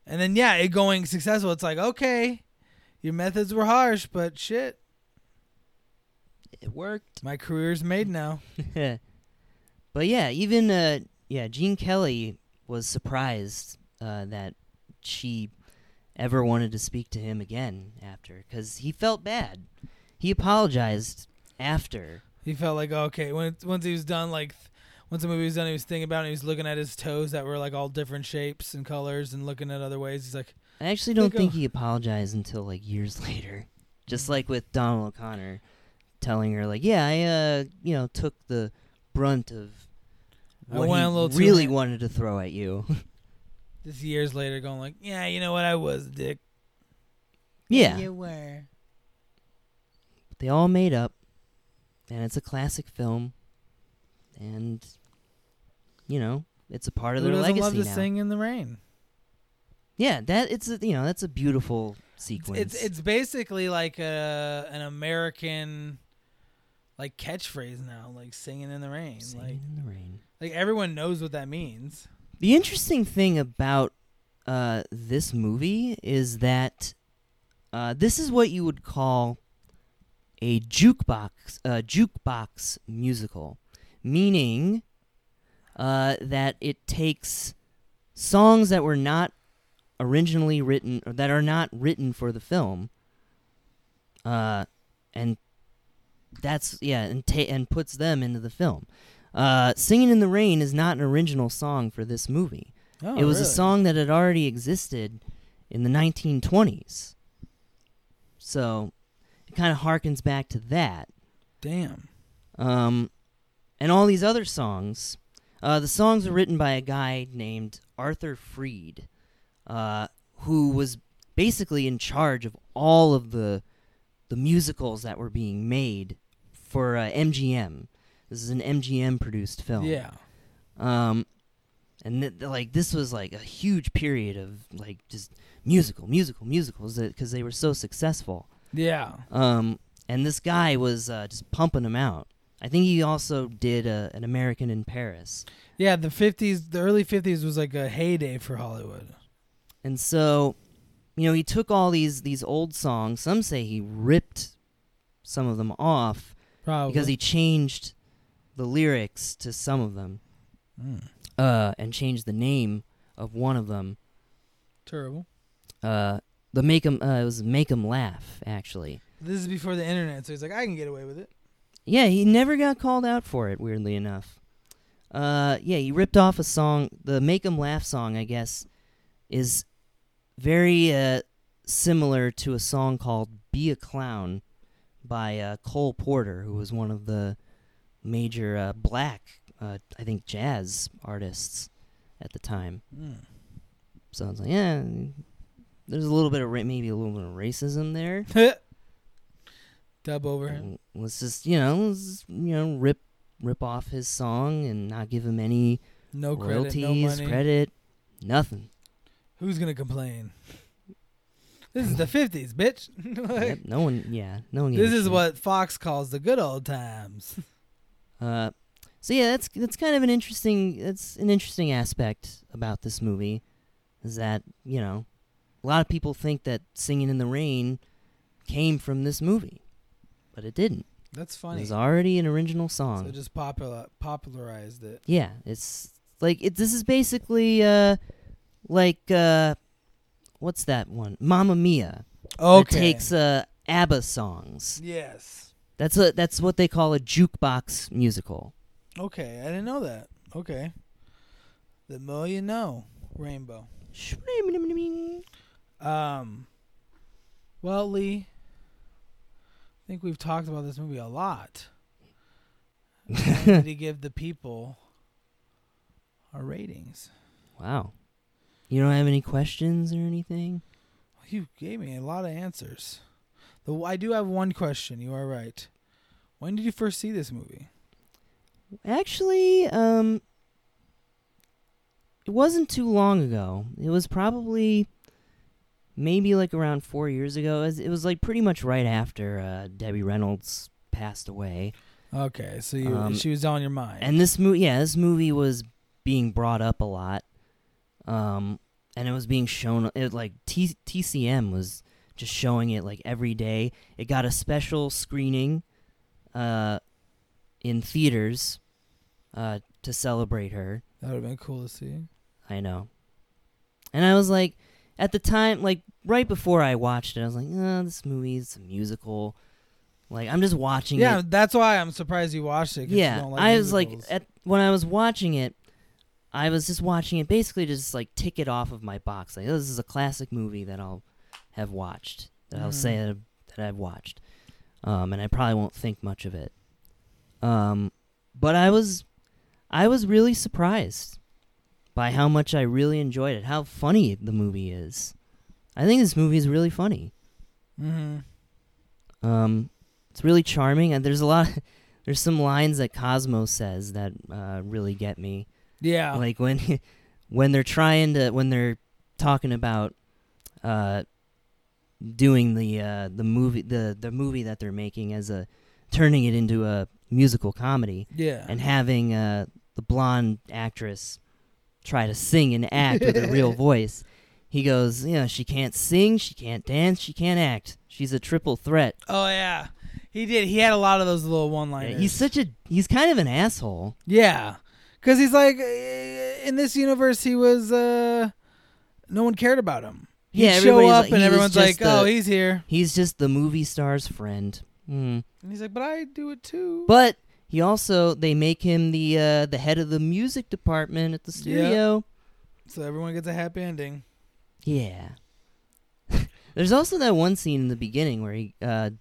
[SPEAKER 2] And then yeah, it going successful. It's like okay, your methods were harsh, but shit,
[SPEAKER 1] it worked.
[SPEAKER 2] my career's made now.
[SPEAKER 1] *laughs* but yeah, even uh, yeah, Gene Kelly was surprised uh, that she ever wanted to speak to him again after because he felt bad. He apologized after.
[SPEAKER 2] oh, He felt like okay when once he was done, like th- once the movie was done, he was thinking about it. And he was looking at his toes that were like all different shapes and colors, and looking at other ways. He's like,
[SPEAKER 1] I actually don't
[SPEAKER 2] Think
[SPEAKER 1] think
[SPEAKER 2] of-
[SPEAKER 1] he apologized until like years *laughs* later. Just like with Donald O'Connor telling her like, "Yeah, I uh, you know, took the brunt of
[SPEAKER 2] I
[SPEAKER 1] what
[SPEAKER 2] went
[SPEAKER 1] he
[SPEAKER 2] a little too
[SPEAKER 1] really
[SPEAKER 2] hard."
[SPEAKER 1] wanted to throw at you." *laughs*
[SPEAKER 2] this years later, going like, yeah, you know what, I was a dick.
[SPEAKER 1] yeah.
[SPEAKER 2] you were.
[SPEAKER 1] They all made up and it's a classic film and you know, it's a part of
[SPEAKER 2] Who
[SPEAKER 1] their
[SPEAKER 2] doesn't
[SPEAKER 1] legacy
[SPEAKER 2] love to
[SPEAKER 1] now.
[SPEAKER 2] sing in the rain?
[SPEAKER 1] Yeah, that it's a, you know, that's a beautiful sequence.
[SPEAKER 2] It's it's basically like a an American like catchphrase now, like singing in the rain.
[SPEAKER 1] Singing
[SPEAKER 2] Like
[SPEAKER 1] in the rain.
[SPEAKER 2] like everyone knows what that means.
[SPEAKER 1] The interesting thing about uh, this movie is that uh, this is what you would call a jukebox uh, jukebox musical, meaning uh, that it takes songs that were not originally written or that are not written for the film, uh, and that's yeah, and ta- and puts them into the film. Uh, Singing in the Rain is not an original song for this movie
[SPEAKER 2] Oh,
[SPEAKER 1] it was a song that had already existed in the 1920s. So it kind of harkens back to that.
[SPEAKER 2] Damn.
[SPEAKER 1] Um, and all these other songs, uh, the songs were written by a guy named Arthur Freed, uh, who was basically in charge of all of the the musicals that were being made for uh, MGM. This is an MGM produced film.
[SPEAKER 2] Yeah.
[SPEAKER 1] Um, and th- th- like this was like a huge period of like just musical, musical, musicals because they were so successful.
[SPEAKER 2] Yeah.
[SPEAKER 1] Um, and this guy was uh, just pumping them out. I think he also did uh, an American in Paris.
[SPEAKER 2] Yeah, the 50s, the early 50s was like a heyday for Hollywood.
[SPEAKER 1] And so, you know, he took all these these old songs. Some say he ripped some of them off
[SPEAKER 2] Probably.
[SPEAKER 1] because he changed the lyrics to some of them
[SPEAKER 2] Mm.
[SPEAKER 1] uh, and changed the name of one of them
[SPEAKER 2] Terrible.
[SPEAKER 1] uh, the make 'em uh, it was make 'em laugh actually.
[SPEAKER 2] This is before the internet, so he's like, I can get away with it.
[SPEAKER 1] Yeah, he never got called out for it. Weirdly enough, uh, yeah, he ripped off a song. The make 'em laugh song, I guess, is very uh, similar to a song called "Be a Clown" by uh, Cole Porter, who was one of the major uh, black, uh, I think, jazz artists at the time.
[SPEAKER 2] Mm.
[SPEAKER 1] Hmm. So I was like, yeah, there's a little bit of ra- maybe a little bit of racism there.
[SPEAKER 2] *laughs* Dub over him.
[SPEAKER 1] Well, Let's just you know, let's just, you know, rip rip off his song and not give him any
[SPEAKER 2] No credit, no
[SPEAKER 1] royalties,
[SPEAKER 2] money.
[SPEAKER 1] credit,
[SPEAKER 2] *laughs*
[SPEAKER 1] nothing.
[SPEAKER 2] Who's going to complain? This is the 50s, bitch. *laughs* Like,
[SPEAKER 1] Yep, no one, yeah, no one. gave
[SPEAKER 2] This
[SPEAKER 1] a
[SPEAKER 2] is
[SPEAKER 1] shit.
[SPEAKER 2] what Fox calls the good old times.
[SPEAKER 1] Uh, so yeah, that's that's kind of an interesting that's an interesting aspect about this movie, is that you know, a lot of people think that Singing in the Rain came from this movie, but it didn't.
[SPEAKER 2] That's
[SPEAKER 1] It
[SPEAKER 2] funny.
[SPEAKER 1] was already an original song.
[SPEAKER 2] So just popular popularized it.
[SPEAKER 1] Yeah, it's like it, this is basically uh like uh what's that one? Mamma Mia. It
[SPEAKER 2] Okay.
[SPEAKER 1] takes uh ABBA songs.
[SPEAKER 2] yes.
[SPEAKER 1] That's a that's what they call a jukebox musical.
[SPEAKER 2] Okay, I didn't know that. Okay. The more you know, rainbow. Um. Well, Lee, I think we've talked about this movie a lot. I
[SPEAKER 1] *laughs*
[SPEAKER 2] need to give the people our ratings.
[SPEAKER 1] Wow. You don't have any questions or anything?
[SPEAKER 2] You gave me a lot of answers. Though I do have one question. You are right. When did you first see this movie?
[SPEAKER 1] Actually, um it wasn't too long ago. It was probably maybe like around 4 years ago. It was- It was like pretty much right after uh Debbie Reynolds passed away.
[SPEAKER 2] Okay, so you,
[SPEAKER 1] Um,
[SPEAKER 2] she was on your mind.
[SPEAKER 1] And this movie, yeah, this movie was being brought up a lot, um, and it was being shown. It like T- TCM was just showing it like every day. It got a special screening, uh, in theaters, uh, to celebrate her.
[SPEAKER 2] that would have been cool to see.
[SPEAKER 1] I know, and I was like, at the time, like right before I watched it, I was like, oh, this movie is a musical. Like I'm just watching it
[SPEAKER 2] Yeah, that's why I'm surprised you watched it. 'cause you
[SPEAKER 1] yeah,
[SPEAKER 2] don't like
[SPEAKER 1] I was like,
[SPEAKER 2] musicals.
[SPEAKER 1] at when I was watching it, I was just watching it basically to just like tick it off of my box. Like, oh, this is a classic movie that I'll have watched. That
[SPEAKER 2] Mm-hmm.
[SPEAKER 1] I'll say that, that I've watched. Um, and I probably won't think much of it. Um, but I was, I was really surprised by how much I really enjoyed it. How funny the movie is. I think this movie is really funny.
[SPEAKER 2] Mm-hmm.
[SPEAKER 1] Um, it's really charming, and there's a lot. *laughs* there's some lines that Cosmo says that uh, really get me.
[SPEAKER 2] Yeah.
[SPEAKER 1] Like when when they're trying to when they're talking about uh, doing the uh, the movie the the movie that they're making as a turning it into a musical comedy
[SPEAKER 2] yeah.
[SPEAKER 1] and having uh, the blonde actress try to sing and act with her real voice. He goes, you know, she can't sing, she can't dance, she can't act. She's a triple threat.
[SPEAKER 2] oh yeah. He did. He had a lot of those little one-liners.
[SPEAKER 1] Yeah, he's such a he's kind of an asshole.
[SPEAKER 2] Yeah, because he's like eh, in this universe, he was uh, no one cared about him. He'd
[SPEAKER 1] Yeah,
[SPEAKER 2] show
[SPEAKER 1] everybody's
[SPEAKER 2] up
[SPEAKER 1] like-
[SPEAKER 2] and
[SPEAKER 1] he was
[SPEAKER 2] everyone's like,
[SPEAKER 1] just the-
[SPEAKER 2] "Oh, he's here,"
[SPEAKER 1] He's just the movie star's friend. Mm.
[SPEAKER 2] and he's like, "But I do it too."
[SPEAKER 1] But he also they make him the uh, the head of the music department at the studio.
[SPEAKER 2] so everyone gets a happy ending.
[SPEAKER 1] Yeah. *laughs* There's also that one scene in the beginning where he, uh,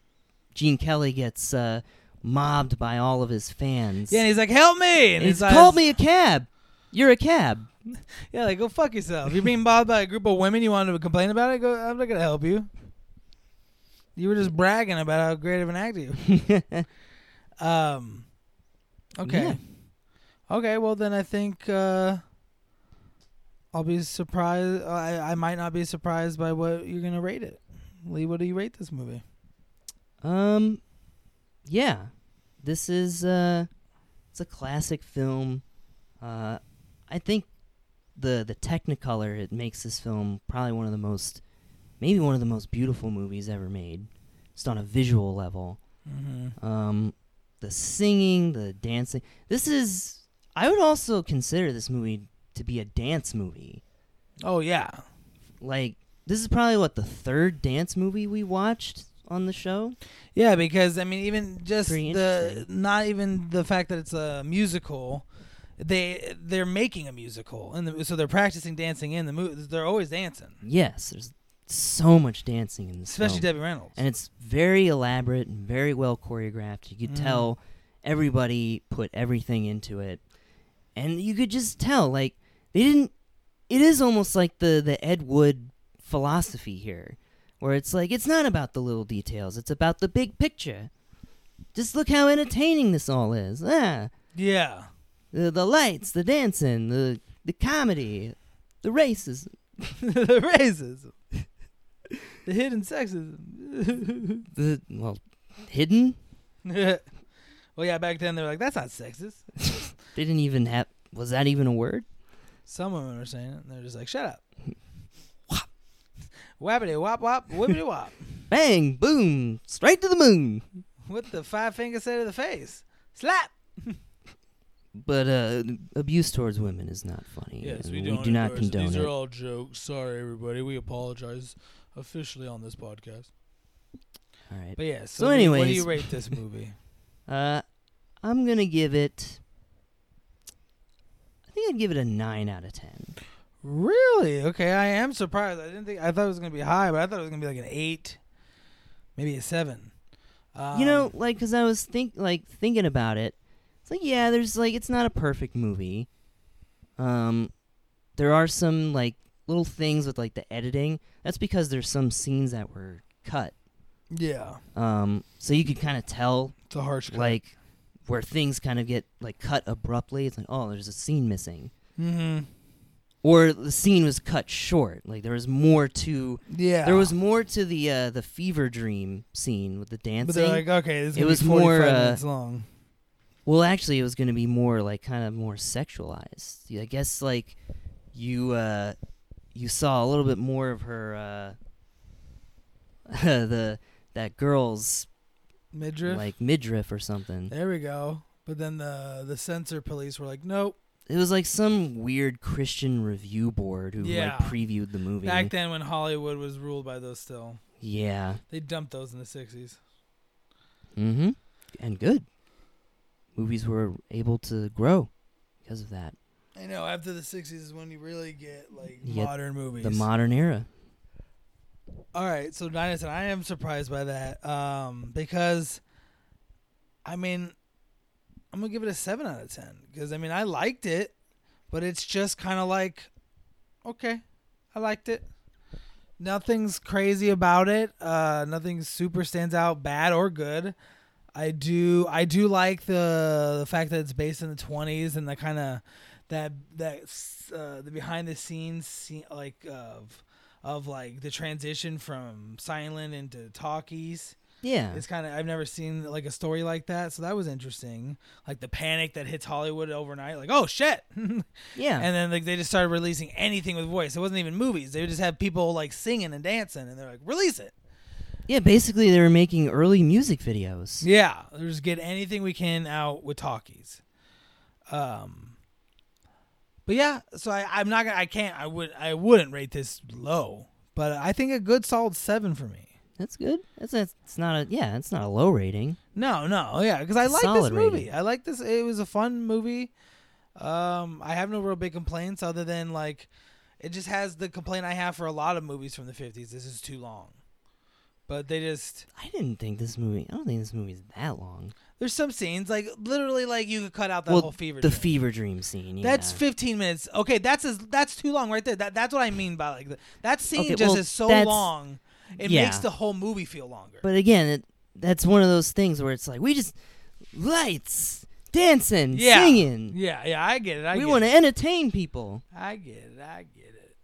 [SPEAKER 1] Gene Kelly gets uh, mobbed by all of his fans.
[SPEAKER 2] Yeah, and he's like, "Help me!"
[SPEAKER 1] And
[SPEAKER 2] And
[SPEAKER 1] he's
[SPEAKER 2] his eyes-
[SPEAKER 1] called me a cab. You're a cab. *laughs*
[SPEAKER 2] Yeah, like go fuck yourself. You're being bothered by a group of women. You wanted to complain about it. Go, I'm not gonna help you. You were just bragging about how great of an actor. you were." um, okay,
[SPEAKER 1] Yeah.
[SPEAKER 2] okay. Well, then I think uh, I'll be surprised. I I might not be surprised by what you're gonna rate it. Lee, what do you rate this movie?
[SPEAKER 1] Um, yeah, this is uh, it's a classic film. Uh, I think the the Technicolor it makes this film probably one of the most, maybe one of the most beautiful movies ever made, just on a visual level.
[SPEAKER 2] Mm-hmm.
[SPEAKER 1] Um, the singing, the dancing. This is I would also consider this movie to be a dance movie.
[SPEAKER 2] Oh yeah,
[SPEAKER 1] Like this is probably what the third dance movie we watched on the show.
[SPEAKER 2] yeah. Because I mean, even just
[SPEAKER 1] Pretty
[SPEAKER 2] the
[SPEAKER 1] interesting.
[SPEAKER 2] not even the fact that it's a musical. They they're making a musical, and the, so they're practicing dancing in the movie. They're always dancing,
[SPEAKER 1] Yes, there's so much dancing in this
[SPEAKER 2] especially
[SPEAKER 1] film.
[SPEAKER 2] Debbie Reynolds.
[SPEAKER 1] and it's very elaborate and very well choreographed. You could
[SPEAKER 2] Mm.
[SPEAKER 1] tell everybody put everything into it, and you could just tell like they didn't. It is almost like the the Ed Wood philosophy here, where it's like it's not about the little details; it's about the big picture. Just look how entertaining this all is. Ah,
[SPEAKER 2] yeah,
[SPEAKER 1] the, the lights, the dancing, the the comedy, the races. *laughs*
[SPEAKER 2] the racism, the hidden sexism.
[SPEAKER 1] *laughs* the well hidden
[SPEAKER 2] *laughs* well, yeah, back then they were like, "That's not sexist."
[SPEAKER 1] they didn't even have was that even a word
[SPEAKER 2] Some women are saying it, and they're just like, "Shut up." *laughs* Whop. Wappity wop wop whippity wop. *laughs*
[SPEAKER 1] bang boom straight to the moon
[SPEAKER 2] What the five fingers say to the face? Slap.
[SPEAKER 1] but uh abuse towards women is not funny and do not condone it
[SPEAKER 2] all jokes. Sorry, everybody. We apologize officially on this podcast.
[SPEAKER 1] all right
[SPEAKER 2] But yeah.
[SPEAKER 1] So
[SPEAKER 2] So, anyway, what do
[SPEAKER 1] anyways.
[SPEAKER 2] you
[SPEAKER 1] *laughs*
[SPEAKER 2] rate this movie?
[SPEAKER 1] uh i'm gonna give it i think i'd give it a 9 out of 10
[SPEAKER 2] Really? Okay, I am surprised. I didn't think I thought it was gonna be high, but I thought it was gonna be like an eight, maybe a seven. Um,
[SPEAKER 1] you know like because i was think like thinking about it it's like yeah there's like it's not a perfect movie um there are some like little things with like the editing that's because there's some scenes that were cut
[SPEAKER 2] yeah,
[SPEAKER 1] um so you could kind of tell
[SPEAKER 2] it's a harsh. cut.
[SPEAKER 1] like where things kind of get like cut abruptly it's like oh there's a scene missing
[SPEAKER 2] Mhm.
[SPEAKER 1] or the scene was cut short like there was more to
[SPEAKER 2] yeah,
[SPEAKER 1] there was more to the uh the fever dream scene with the dancing
[SPEAKER 2] But they're like, okay, this is
[SPEAKER 1] It
[SPEAKER 2] gonna be
[SPEAKER 1] was more,
[SPEAKER 2] 45
[SPEAKER 1] uh,
[SPEAKER 2] minutes long.
[SPEAKER 1] Well, actually, it was going to be more like kind of more sexualized. Yeah, I guess like you uh, you saw a little bit more of her uh, *laughs* the that girl's
[SPEAKER 2] Midriff.
[SPEAKER 1] like midriff or something.
[SPEAKER 2] there we go. But then the the censor police were like, nope.
[SPEAKER 1] It was like some weird Christian review board who
[SPEAKER 2] Yeah.
[SPEAKER 1] like previewed the movie.
[SPEAKER 2] Back then, when Hollywood was ruled by those, still
[SPEAKER 1] yeah.
[SPEAKER 2] they dumped those in the sixties.
[SPEAKER 1] Mm-hmm. And good. Movies were able to grow. because of that.
[SPEAKER 2] I know. After the '60s is when you really get like
[SPEAKER 1] You get
[SPEAKER 2] modern movies.
[SPEAKER 1] The modern era.
[SPEAKER 2] All right, so nine out of ten. I am surprised by that um, because, I mean, I'm gonna give it a seven out of ten because I mean I liked it, but it's just kind of like, okay, I liked it. Nothing's crazy about it. Uh, nothing super stands out, bad or good. I do I do like the the fact that it's based in the 20s and the kind of that that uh, the behind the scenes scene, like of of like the transition from silent into talkies.
[SPEAKER 1] Yeah.
[SPEAKER 2] It's kind of I've never seen like a story like that, so that was interesting. Like the panic that hits Hollywood overnight, like oh shit, *laughs* and
[SPEAKER 1] yeah.
[SPEAKER 2] then like they just started releasing anything with voice. It wasn't even movies; they would just have people like singing and dancing, and they're like release it.
[SPEAKER 1] yeah, basically they were making early music videos.
[SPEAKER 2] Yeah, just get anything we can out with talkies. Um, but yeah, so I, I'm not gonna, I can't, I would, I wouldn't rate this low, but I think a good solid seven for me.
[SPEAKER 1] That's good. That's, that's it's not a yeah, it's not a low rating.
[SPEAKER 2] No, no, yeah, because I like this
[SPEAKER 1] Solid
[SPEAKER 2] movie.
[SPEAKER 1] rating.
[SPEAKER 2] I like this. It was a fun movie. Um, I have no real big complaints other than like, it just has the complaint I have for a lot of movies from the '50s. This is too long. But they just
[SPEAKER 1] I didn't think this movie. I don't think this movie's that long.
[SPEAKER 2] there's some scenes like literally like you could cut out that
[SPEAKER 1] well,
[SPEAKER 2] whole fever.
[SPEAKER 1] the
[SPEAKER 2] dream.
[SPEAKER 1] fever dream scene. Yeah.
[SPEAKER 2] That's 15 minutes. Okay, that's as, that's too long right there. That that's what I mean by like the, that scene
[SPEAKER 1] Okay,
[SPEAKER 2] just
[SPEAKER 1] well,
[SPEAKER 2] is so
[SPEAKER 1] that's-
[SPEAKER 2] long. It
[SPEAKER 1] yeah.
[SPEAKER 2] makes the whole movie feel longer.
[SPEAKER 1] But again, it, that's one of those things where it's like we just lights, dancing,
[SPEAKER 2] yeah.
[SPEAKER 1] singing.
[SPEAKER 2] Yeah, yeah, I get it. I
[SPEAKER 1] we
[SPEAKER 2] get
[SPEAKER 1] want to
[SPEAKER 2] it.
[SPEAKER 1] entertain people.
[SPEAKER 2] I get it. I get it.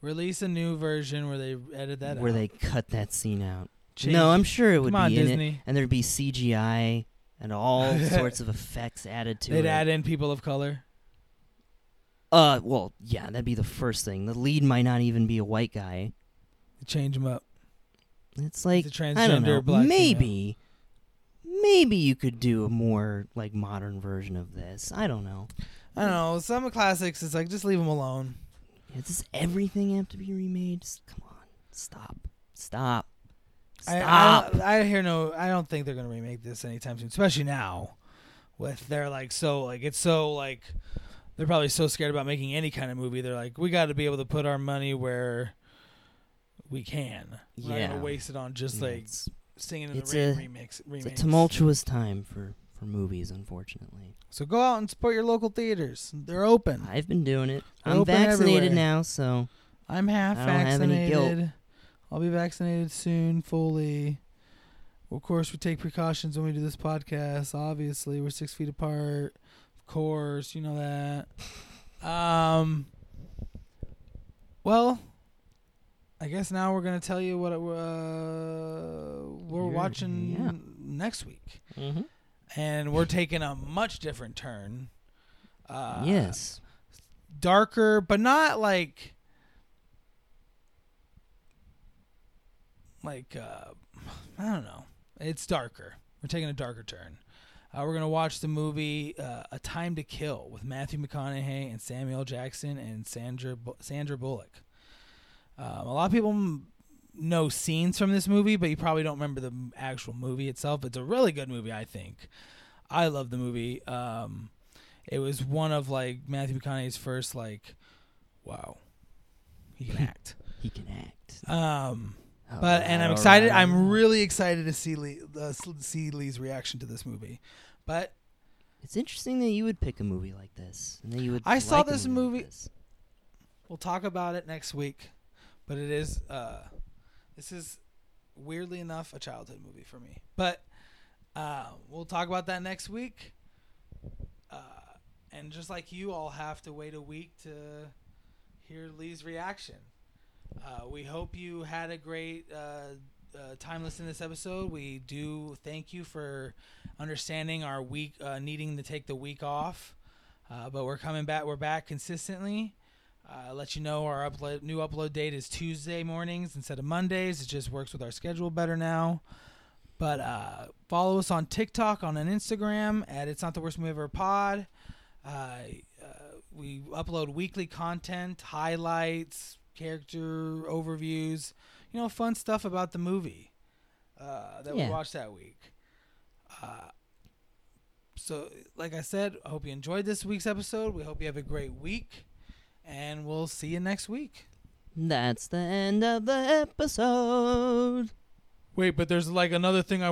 [SPEAKER 2] Release a new version where they edit that
[SPEAKER 1] where
[SPEAKER 2] out.
[SPEAKER 1] they cut that scene out.
[SPEAKER 2] Change-
[SPEAKER 1] No, I'm sure it would
[SPEAKER 2] Come on,
[SPEAKER 1] be in it,
[SPEAKER 2] Disney.
[SPEAKER 1] and there'd be CGI and
[SPEAKER 2] *laughs*
[SPEAKER 1] all sorts of effects added to
[SPEAKER 2] They'd
[SPEAKER 1] it.
[SPEAKER 2] add in people of color.
[SPEAKER 1] uh, well, yeah, that'd be the first thing. The lead might not even be a white guy.
[SPEAKER 2] Change them up.
[SPEAKER 1] It's like
[SPEAKER 2] a
[SPEAKER 1] I don't
[SPEAKER 2] transgender
[SPEAKER 1] know.
[SPEAKER 2] black female.
[SPEAKER 1] maybe, maybe you could do a more like modern version of this. I don't know.
[SPEAKER 2] I don't know. Some classics, it's like just leave them alone.
[SPEAKER 1] Does everything have to be remade? Just, come on, stop, stop,
[SPEAKER 2] I-
[SPEAKER 1] stop.
[SPEAKER 2] I, I, hear no. I don't think they're gonna remake this anytime soon, especially now, with they're like so like it's so like they're probably so scared about making any kind of movie. They're like, we got to be able to put our money where we can. We're not
[SPEAKER 1] Yeah.
[SPEAKER 2] gonna waste it on just
[SPEAKER 1] Yeah,
[SPEAKER 2] like
[SPEAKER 1] it's,
[SPEAKER 2] singing in
[SPEAKER 1] it's
[SPEAKER 2] the
[SPEAKER 1] a-
[SPEAKER 2] rain remix.
[SPEAKER 1] it's a
[SPEAKER 2] remakes.
[SPEAKER 1] tumultuous time for for movies, unfortunately.
[SPEAKER 2] So go out and support your local theaters. They're open.
[SPEAKER 1] I've been doing it.
[SPEAKER 2] They're
[SPEAKER 1] I'm
[SPEAKER 2] open
[SPEAKER 1] vaccinated
[SPEAKER 2] everywhere.
[SPEAKER 1] now, so
[SPEAKER 2] I'm half
[SPEAKER 1] I don't have
[SPEAKER 2] vaccinated.
[SPEAKER 1] any guilt.
[SPEAKER 2] I'll be vaccinated soon, fully. Of course, we take precautions when we do this podcast. Obviously, we're six feet apart. Of course, you know that. Um. Well, I guess now we're gonna tell you what uh, we're
[SPEAKER 1] You're-
[SPEAKER 2] watching
[SPEAKER 1] yeah.
[SPEAKER 2] next week, Mm-hmm. and we're taking a much different turn. Uh,
[SPEAKER 1] yes,
[SPEAKER 2] darker, but not like like uh I don't know. It's darker. We're taking a darker turn. Uh, we're gonna watch the movie uh, A Time to Kill with Matthew McConaughey and Samuel Jackson and Sandra Bu- Sandra Bullock. Um, a lot of people m- know scenes from this movie, but you probably don't remember the m- actual movie itself. It's a really good movie, I think. I love the movie. Um, it was one of like Matthew McConaughey's first like, wow, he
[SPEAKER 1] *laughs*
[SPEAKER 2] can act.
[SPEAKER 1] he can act.
[SPEAKER 2] Um,
[SPEAKER 1] Oh, All
[SPEAKER 2] Uh, but and I'm
[SPEAKER 1] right,
[SPEAKER 2] excited.
[SPEAKER 1] all right.
[SPEAKER 2] I'm really excited to see Lee, uh, see Lee's reaction to this movie. But
[SPEAKER 1] It's interesting that you would pick a movie like this, and that you would.
[SPEAKER 2] I saw
[SPEAKER 1] like a
[SPEAKER 2] this
[SPEAKER 1] movie.
[SPEAKER 2] movie-
[SPEAKER 1] like this.
[SPEAKER 2] we'll talk about it next week. But it is uh, this is weirdly enough a childhood movie for me. But uh, we'll talk about that next week. Uh, and just like you all have to wait a week to hear Lee's reaction. Uh, we hope you had a great uh, uh, time listening to this episode. We do thank you for understanding our week, uh, needing to take the week off. Uh, but we're coming back. We're back consistently. Uh, let you know our upload, new upload date is Tuesday mornings instead of Mondays. It just works with our schedule better now. But uh, follow us on TikTok, on an Instagram at It's Not the Worst Movie Ever Pod. Uh, uh, we upload weekly content, highlights, character overviews, you know, fun stuff about the movie uh, that
[SPEAKER 1] Yeah.
[SPEAKER 2] we watched that week. Uh, So, like I said, I hope you enjoyed this week's episode. We hope you have a great week, and we'll see you next week.
[SPEAKER 1] That's the end of the episode.
[SPEAKER 2] Wait, but there's like another thing I